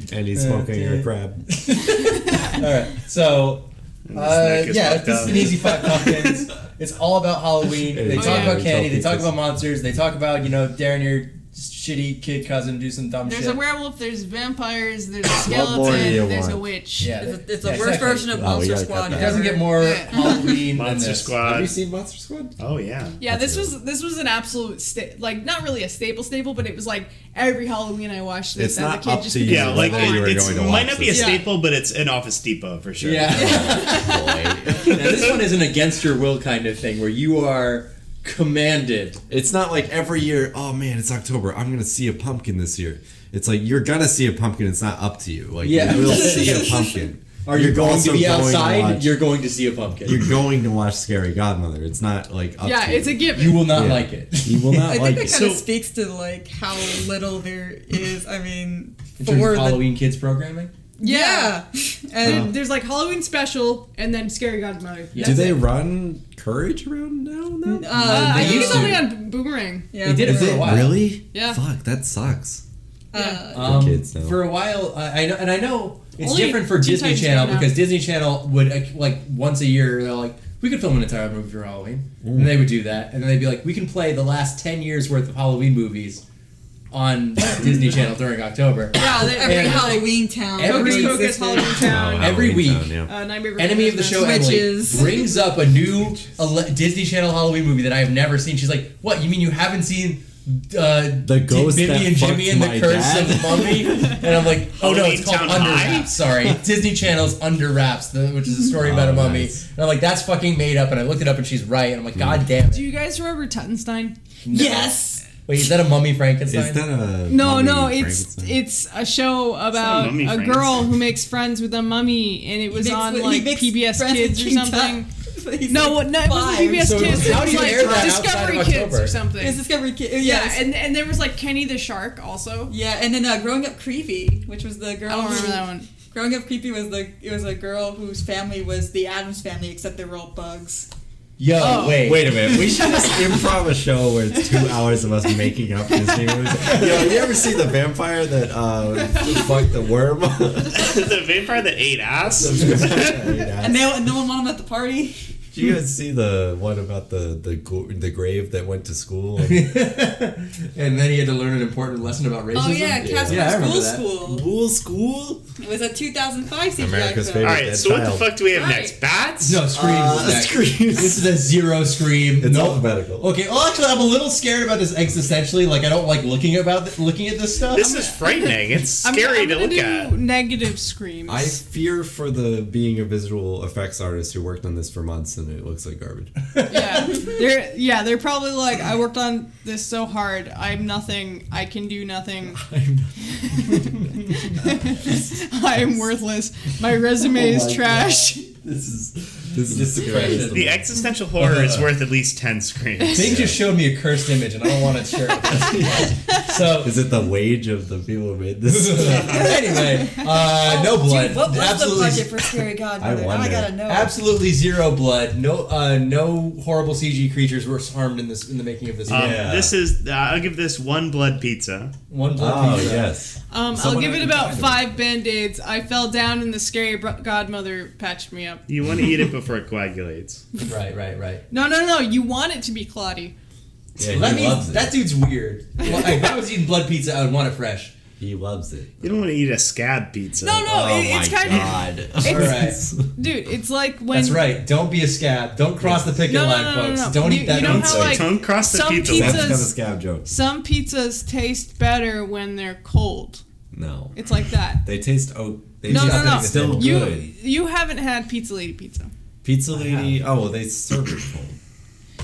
Speaker 3: Side.
Speaker 1: And
Speaker 2: Uh,
Speaker 1: he's smoking
Speaker 2: Okay.
Speaker 1: a crab.
Speaker 2: All right, so
Speaker 5: And his
Speaker 2: uh,
Speaker 5: neck is
Speaker 2: yeah,
Speaker 5: fucked
Speaker 2: this is
Speaker 5: up.
Speaker 2: an easy five pumpkins. It's all about Halloween.
Speaker 1: It
Speaker 2: They
Speaker 1: is.
Speaker 2: talk
Speaker 3: Oh, yeah.
Speaker 2: about candy. They talk
Speaker 1: People.
Speaker 2: about monsters. They talk about you know daring your shitty kid cousin to do some dumb
Speaker 3: There's
Speaker 2: shit.
Speaker 3: a werewolf, there's vampires, there's a
Speaker 1: What more do you
Speaker 3: skeleton, there's a
Speaker 1: want?
Speaker 3: witch.
Speaker 2: yeah,
Speaker 4: It's, a, it's
Speaker 2: yeah,
Speaker 4: the worst
Speaker 2: exactly.
Speaker 4: version of
Speaker 1: Oh, we
Speaker 4: Monster
Speaker 1: gotta cut
Speaker 4: Squad.
Speaker 1: that.
Speaker 2: It doesn't get more
Speaker 3: Yeah.
Speaker 2: Halloween than
Speaker 5: Monster
Speaker 2: this.
Speaker 5: Squad.
Speaker 1: seen Monster Squad?
Speaker 5: Oh yeah.
Speaker 3: Yeah,
Speaker 1: That's
Speaker 3: this was this was an absolute sta- like not really a staple staple, but it was like every Halloween I watched this
Speaker 1: It's
Speaker 3: as a
Speaker 1: not
Speaker 3: kid
Speaker 1: up
Speaker 3: just
Speaker 1: to
Speaker 3: because
Speaker 1: you
Speaker 5: Yeah,
Speaker 3: it was
Speaker 5: like
Speaker 1: whether
Speaker 3: on.
Speaker 1: you were
Speaker 5: it it's-
Speaker 1: going to
Speaker 5: might
Speaker 1: watch
Speaker 5: not be a
Speaker 1: this.
Speaker 5: staple, but it's an Office Depot for sure.
Speaker 2: Yeah.
Speaker 1: Boy.
Speaker 2: now this one is an against your will kind of thing where you are commanded.
Speaker 1: it's not like every year, oh man, it's October. I'm going to see a pumpkin this year. It's like you're going to see a pumpkin. It's not up to you. Like
Speaker 2: Yeah.
Speaker 1: you will see a pumpkin.
Speaker 2: Are you
Speaker 1: You're
Speaker 2: going
Speaker 1: also
Speaker 2: to be
Speaker 1: going to
Speaker 2: outside?
Speaker 1: watch-
Speaker 2: you're going to see a pumpkin.
Speaker 1: You're going to watch Scary Godmother. It's not like up
Speaker 3: Yeah,
Speaker 1: to you.
Speaker 3: it's a given.
Speaker 2: you will not
Speaker 1: Yeah.
Speaker 2: like it.
Speaker 1: You will
Speaker 4: I
Speaker 1: not
Speaker 4: think
Speaker 1: like
Speaker 4: that
Speaker 1: it.
Speaker 4: kind of
Speaker 5: So-
Speaker 4: speaks to like how little there is. I mean,
Speaker 2: In terms
Speaker 4: for
Speaker 2: of
Speaker 4: the
Speaker 2: Halloween kids programming.
Speaker 3: yeah.
Speaker 4: yeah,
Speaker 3: There-
Speaker 4: and
Speaker 3: There's like Halloween special and then Scary Godmother.
Speaker 2: Yeah.
Speaker 1: Do
Speaker 3: That's
Speaker 1: they
Speaker 3: it.
Speaker 1: run Courage around now? and then?
Speaker 3: Uh,
Speaker 4: uh,
Speaker 3: I
Speaker 2: they
Speaker 3: think
Speaker 2: used
Speaker 3: it's
Speaker 2: to.
Speaker 3: only on Boomerang.
Speaker 4: yeah,
Speaker 2: They did it
Speaker 4: for-
Speaker 1: Is
Speaker 2: for a
Speaker 1: it
Speaker 2: while.
Speaker 1: really?
Speaker 3: Yeah.
Speaker 1: Fuck, that sucks.
Speaker 4: uh,
Speaker 2: Um,
Speaker 1: kids now.
Speaker 2: For a while, I, I know, and I know it's
Speaker 3: Only
Speaker 2: different for
Speaker 3: Teen
Speaker 2: Disney
Speaker 3: Titans
Speaker 2: Channel
Speaker 3: Go now.
Speaker 2: because Disney Channel would uh, like once a year they're like we could film an entire movie for Halloween, and they would do that, and then they'd be like we can play the last ten years worth of Halloween movies on Disney Channel during October.
Speaker 4: yeah, they- every
Speaker 2: And-
Speaker 4: Halloween town,
Speaker 2: Every-
Speaker 4: every
Speaker 3: Focus,
Speaker 4: existed.
Speaker 3: Halloween Town,
Speaker 2: Every
Speaker 1: Halloween
Speaker 2: week.
Speaker 1: Town, yeah.
Speaker 3: uh, Nightmare Before
Speaker 2: Enemy of the show
Speaker 3: Christmas.
Speaker 2: Emily
Speaker 4: Witches.
Speaker 2: brings up a new ele- Disney Channel Halloween movie that I have never seen. She's like, "What? You mean you haven't seen uh,
Speaker 1: The
Speaker 2: T-
Speaker 1: Ghost
Speaker 2: Bimbi
Speaker 1: That
Speaker 2: and Jimmy
Speaker 1: Fucked
Speaker 2: and the
Speaker 1: My
Speaker 2: Curse
Speaker 1: Dad?
Speaker 2: of Mummy?" And I'm like, "Oh no, it's
Speaker 5: Halloween
Speaker 2: called
Speaker 5: Town
Speaker 2: Under
Speaker 5: High?
Speaker 2: Wraps. Sorry, Disney Channel's Under Wraps, the, which is a story about a
Speaker 1: Oh,
Speaker 2: mummy."
Speaker 1: nice. Hmm.
Speaker 2: And I'm like, "That's fucking made up." And I looked it up, and she's right. And I'm like, "God damn it!
Speaker 3: Do you guys remember Tuttenstein?
Speaker 4: Yes,
Speaker 2: Wait, is that a mummy Frankenstein?"
Speaker 1: Is that a
Speaker 3: No,
Speaker 1: mummy
Speaker 3: no, it's
Speaker 1: Frankenstein?
Speaker 3: it's a show about
Speaker 5: mummy
Speaker 3: a
Speaker 5: friends.
Speaker 3: girl who makes friends with a mummy, and it was
Speaker 4: He makes-
Speaker 3: on
Speaker 4: he
Speaker 3: like
Speaker 4: makes
Speaker 3: PBS
Speaker 4: friends with
Speaker 3: Kids or
Speaker 4: King Tut.
Speaker 3: something.
Speaker 4: But he's,
Speaker 3: No,
Speaker 4: like,
Speaker 3: what? No, it wasn't
Speaker 4: five.
Speaker 3: PBS
Speaker 2: So
Speaker 3: Kids. It
Speaker 2: how
Speaker 3: was
Speaker 2: do you air
Speaker 3: like
Speaker 2: that outside
Speaker 3: Discovery
Speaker 2: of
Speaker 3: Kids
Speaker 2: October?
Speaker 3: or something.
Speaker 4: It's Discovery Kid.
Speaker 3: yeah,
Speaker 4: yes.
Speaker 3: and and there was like Kenny the Shark also.
Speaker 4: Yeah, and then uh, growing up creepy, which was the girl.
Speaker 3: I don't remember
Speaker 4: who-
Speaker 3: that one.
Speaker 4: Growing up creepy was the it was a girl whose family was the Adams family, except they were all bugs.
Speaker 2: Yo,
Speaker 3: Oh.
Speaker 2: wait,
Speaker 1: Wait a minute. We should just improv a show where it's two hours of us making up Disney movies. Yo, have you ever seen the vampire that uh, fucked the worm?
Speaker 5: the vampire that ate ass.
Speaker 4: And
Speaker 1: Do
Speaker 4: they and no one wanted them at the party.
Speaker 1: you guys see the one about the the go- the grave that went to school?
Speaker 2: and then he had to learn an important lesson about racism.
Speaker 4: Oh yeah, Casper
Speaker 2: Yeah, I remember
Speaker 4: School
Speaker 2: that.
Speaker 4: School.
Speaker 1: School, school.
Speaker 4: It was a 2005 CGI
Speaker 1: America's
Speaker 4: film.
Speaker 1: favorite.
Speaker 5: All right,
Speaker 1: Dead
Speaker 5: so what the
Speaker 1: child.
Speaker 5: fuck do we have
Speaker 4: Right.
Speaker 5: next? Bats.
Speaker 2: No, screams. is next. This
Speaker 1: Screams.
Speaker 2: is a zero scream.
Speaker 1: Uh, It's
Speaker 2: Uh, Nope.
Speaker 1: alphabetical.
Speaker 2: Okay. Well, actually, I'm a little scared about this existentially. Like, I don't like looking about th- looking at this stuff.
Speaker 5: This is frightening. It's
Speaker 3: I'm-
Speaker 5: scary
Speaker 3: I'm
Speaker 5: to
Speaker 3: gonna
Speaker 5: look
Speaker 3: do
Speaker 5: at.
Speaker 3: Negative screams.
Speaker 1: I fear for the being a visual effects artist who worked on this for months and it looks like garbage.
Speaker 3: yeah, they're yeah they're probably like I worked on this so hard. I'm nothing. I can do nothing. I am worthless. My resume is trash.
Speaker 1: This is this is
Speaker 2: Just depression.
Speaker 5: The existential horror is worth at least ten screams.
Speaker 2: Big just showed me a cursed image, and I don't want to share it. so.
Speaker 1: Is it the wage of the people who made this?
Speaker 2: anyway, uh,
Speaker 3: Oh,
Speaker 2: no blood.
Speaker 4: Dude, what was
Speaker 2: absolutely,
Speaker 4: the budget for Scary Godmother?
Speaker 1: I
Speaker 4: now I
Speaker 1: wonder.
Speaker 4: gotta know.
Speaker 2: absolutely zero blood. No, uh, no horrible CG creatures were harmed in this in the making of this.
Speaker 5: Um,
Speaker 2: movie.
Speaker 1: Yeah.
Speaker 5: This is. Uh, I'll give this one blood pizza.
Speaker 2: One blood.
Speaker 1: oh
Speaker 2: piece.
Speaker 1: yes.
Speaker 3: Um, I'll
Speaker 2: Someone
Speaker 3: give it
Speaker 2: already
Speaker 3: about
Speaker 2: died.
Speaker 3: five band aids. I fell down and the scary bro- godmother patched me up.
Speaker 5: You want to eat it before it coagulates.
Speaker 2: Right, right, right.
Speaker 3: No, no, no. You want it to be cloddy.
Speaker 1: Yeah,
Speaker 2: Well, that
Speaker 1: he
Speaker 2: means
Speaker 1: loves it.
Speaker 2: that dude's weird. Well, if I was eating blood pizza, I would want it fresh.
Speaker 1: He loves it.
Speaker 10: You don't want to eat a scab pizza.
Speaker 3: No, no,
Speaker 1: oh
Speaker 3: it, it's
Speaker 1: my
Speaker 3: kind
Speaker 1: god.
Speaker 3: of.
Speaker 2: All
Speaker 3: It's,
Speaker 2: right,
Speaker 3: Dude, it's like when.
Speaker 2: that's right. Don't be a scab. Don't cross the picket
Speaker 3: No, no,
Speaker 2: line,
Speaker 3: no, no,
Speaker 2: folks.
Speaker 3: no.
Speaker 2: Don't
Speaker 3: You-
Speaker 2: eat that
Speaker 3: you know
Speaker 2: pizza.
Speaker 3: how, like,
Speaker 10: Don't cross the
Speaker 3: some
Speaker 10: pizza line.
Speaker 1: That's kind of
Speaker 3: pizzas.
Speaker 1: scab joke.
Speaker 3: Some pizzas taste better when they're cold.
Speaker 1: No.
Speaker 3: It's like that.
Speaker 1: They taste oat. They
Speaker 3: No,
Speaker 1: taste
Speaker 3: no, no.
Speaker 1: it's still
Speaker 3: You
Speaker 1: good.
Speaker 3: you haven't had pizza lady pizza.
Speaker 1: Pizza lady. Oh well, they serve it cold.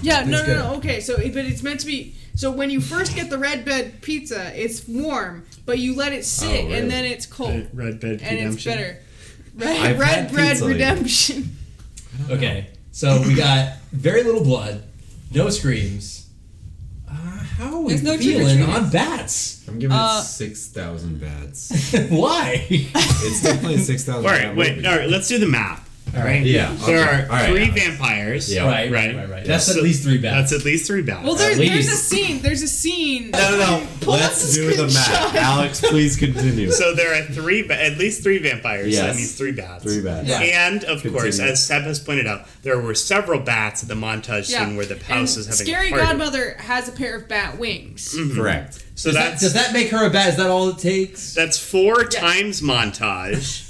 Speaker 3: Yeah, no,
Speaker 11: It's
Speaker 3: no, no. Okay, so it- but it's meant to be. So when you first get the red bed pizza, it's warm, but you let it sit,
Speaker 1: Oh, really?
Speaker 3: and then it's cold,
Speaker 10: Red- Red bed
Speaker 3: and it's
Speaker 10: redemption.
Speaker 3: better. Red,
Speaker 1: I've
Speaker 3: red
Speaker 1: had
Speaker 3: bread
Speaker 1: Pizza Lady.
Speaker 3: redemption.
Speaker 5: Okay, so we got very little blood, no screams. Uh, how are we
Speaker 4: There's no
Speaker 5: feeling
Speaker 4: trick-or-treating.
Speaker 5: on bats?
Speaker 1: I'm giving
Speaker 3: Uh,
Speaker 1: it six thousand bats.
Speaker 5: Why?
Speaker 1: It's definitely a six thousand.
Speaker 7: All right, wait. All right, let's do the map. All right.
Speaker 1: Yeah,
Speaker 7: There
Speaker 1: okay,
Speaker 7: are
Speaker 1: all right,
Speaker 7: three
Speaker 1: all right.
Speaker 7: vampires.
Speaker 1: Yeah.
Speaker 5: right,
Speaker 7: Right.
Speaker 5: right, right, right. That's
Speaker 7: So
Speaker 5: at least three bats.
Speaker 7: That's at least three bats.
Speaker 3: Well, there's
Speaker 5: At
Speaker 3: there's a
Speaker 5: least.
Speaker 3: scene. There's a scene.
Speaker 1: No, no, no.
Speaker 3: Pull up
Speaker 1: Let's
Speaker 3: the
Speaker 1: do the
Speaker 3: screenshot.
Speaker 1: math. Alex, please continue.
Speaker 7: so there are three, ba- at least three vampires. So that
Speaker 1: Yes.
Speaker 7: means three bats.
Speaker 1: Three bats.
Speaker 3: Yeah.
Speaker 7: And of
Speaker 1: Continue.
Speaker 7: course, as Seb has pointed out, there were several bats at the montage
Speaker 3: Yeah.
Speaker 7: scene where the house
Speaker 3: And
Speaker 7: is having
Speaker 3: Scary
Speaker 7: a party.
Speaker 3: Godmother has a pair of bat wings.
Speaker 1: Mm. Correct.
Speaker 7: So
Speaker 2: Does that-
Speaker 7: that's
Speaker 2: does that make her a bat? Is that all it takes?
Speaker 7: that's four times montage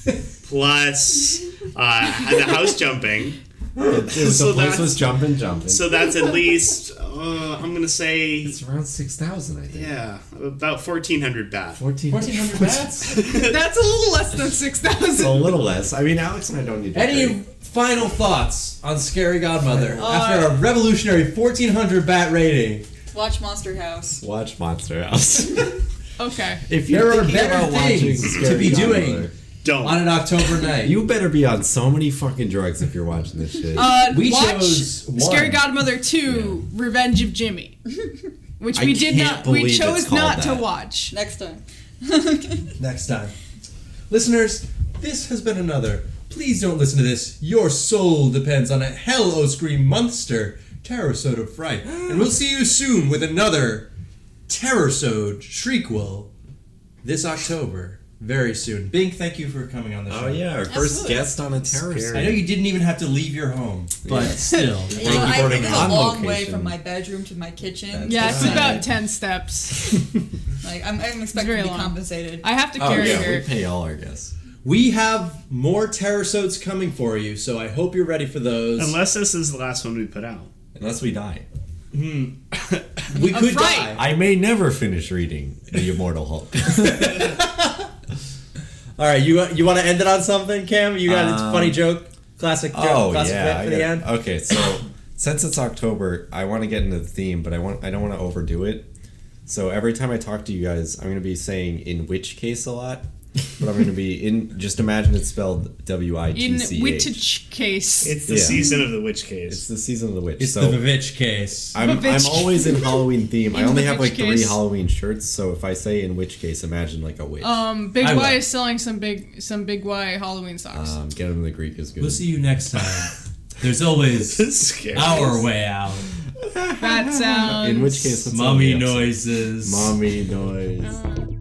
Speaker 7: plus uh, the house jumping.
Speaker 1: It, it was,
Speaker 7: So
Speaker 1: the place
Speaker 7: that's-
Speaker 1: was jumping, jumping.
Speaker 7: So that's at least uh, I'm gonna say
Speaker 1: it's around six thousand, I think.
Speaker 7: yeah about fourteen hundred bats.
Speaker 1: Fourteen.
Speaker 5: 1,400 bats?
Speaker 3: That's a little less than six
Speaker 1: a
Speaker 3: thousand.
Speaker 1: little less. I mean, Alex and I don't need to.
Speaker 2: Any
Speaker 1: agree.
Speaker 2: final thoughts on Scary Godmother after a revolutionary 1400 bat rating?
Speaker 4: Watch Monster House.
Speaker 1: watch Monster House?
Speaker 3: Okay.
Speaker 1: if
Speaker 2: There are
Speaker 1: thinking
Speaker 2: better
Speaker 1: about watching
Speaker 2: things to
Speaker 1: Scary
Speaker 2: be doing.
Speaker 1: Godmother,
Speaker 7: Don't
Speaker 2: On an October night.
Speaker 1: You better be on so many fucking drugs if you're watching this shit.
Speaker 3: Uh,
Speaker 2: We
Speaker 3: watch
Speaker 2: chose one.
Speaker 3: Scary Godmother Two: Revenge of Jimmy, which
Speaker 1: I
Speaker 3: we did
Speaker 1: can't
Speaker 3: not. We
Speaker 1: believe it's
Speaker 3: chose
Speaker 1: called
Speaker 3: not to
Speaker 1: that.
Speaker 3: watch.
Speaker 4: Next time.
Speaker 2: next time. Listeners, this has been another. Please don't listen to this. Your soul depends on a hell o scream monster terror soda fright. And we'll see you soon with another terror sode shriekwell this October. Very soon. Bink, thank you for coming on the
Speaker 1: oh
Speaker 2: show.
Speaker 1: yeah, our first
Speaker 4: Absolutely.
Speaker 1: guest on a terrorist.
Speaker 2: I know you didn't even have to leave your home, but still.
Speaker 4: You know, I,
Speaker 1: recording
Speaker 4: it's a
Speaker 1: on
Speaker 4: long way
Speaker 1: location.
Speaker 4: from my bedroom to my kitchen.
Speaker 3: Yeah, it's
Speaker 4: Like,
Speaker 3: about ten steps.
Speaker 4: Like I'm, I'm expecting
Speaker 3: very
Speaker 4: to be
Speaker 3: long.
Speaker 4: compensated.
Speaker 3: I have to
Speaker 1: Oh
Speaker 3: carry
Speaker 1: yeah, we
Speaker 3: her.
Speaker 1: pay all our guests.
Speaker 2: We have more terror sodes coming for you, so I hope you're ready for those.
Speaker 7: unless this is the last one we put out.
Speaker 1: Unless we die.
Speaker 2: we could
Speaker 3: fright.
Speaker 2: die.
Speaker 1: I may never finish reading The Immortal Hulk.
Speaker 2: All right, you you want to end it on something, Cam? You got a funny joke, classic joke,
Speaker 1: Um, oh
Speaker 2: classic bit
Speaker 1: yeah.
Speaker 2: for
Speaker 1: I
Speaker 2: the
Speaker 1: got-
Speaker 2: end.
Speaker 1: Okay, so since it's October, I want to get into the theme, but I want I don't want to overdo it. So every time I talk to you guys, I'm going to be saying in which case a lot, but I'm going to be in just imagine it's spelled W I T
Speaker 3: In
Speaker 1: C H.
Speaker 3: Wittich case,
Speaker 7: It's the
Speaker 1: Yeah.
Speaker 7: season of the witch case.
Speaker 1: It's the season of the witch.
Speaker 2: It's
Speaker 1: so
Speaker 2: the Vivitch case.
Speaker 1: I'm, I'm
Speaker 3: Vivitch.
Speaker 1: always in Halloween theme. I
Speaker 3: In
Speaker 1: only
Speaker 3: the
Speaker 1: have
Speaker 3: witch
Speaker 1: like three
Speaker 3: case.
Speaker 1: Halloween shirts, so if I say in which case, imagine like a witch.
Speaker 3: um, Big
Speaker 2: I
Speaker 3: Y
Speaker 2: will.
Speaker 3: is selling some big some Big Y Halloween socks.
Speaker 1: Um, get him the Greek is good.
Speaker 11: We'll see you next time. There's always
Speaker 7: This is scary.
Speaker 11: our way out.
Speaker 3: Bat sounds.
Speaker 1: in which case, let's all
Speaker 11: Mummy
Speaker 1: be upset.
Speaker 11: noises.
Speaker 1: Mommy noise.
Speaker 3: Um,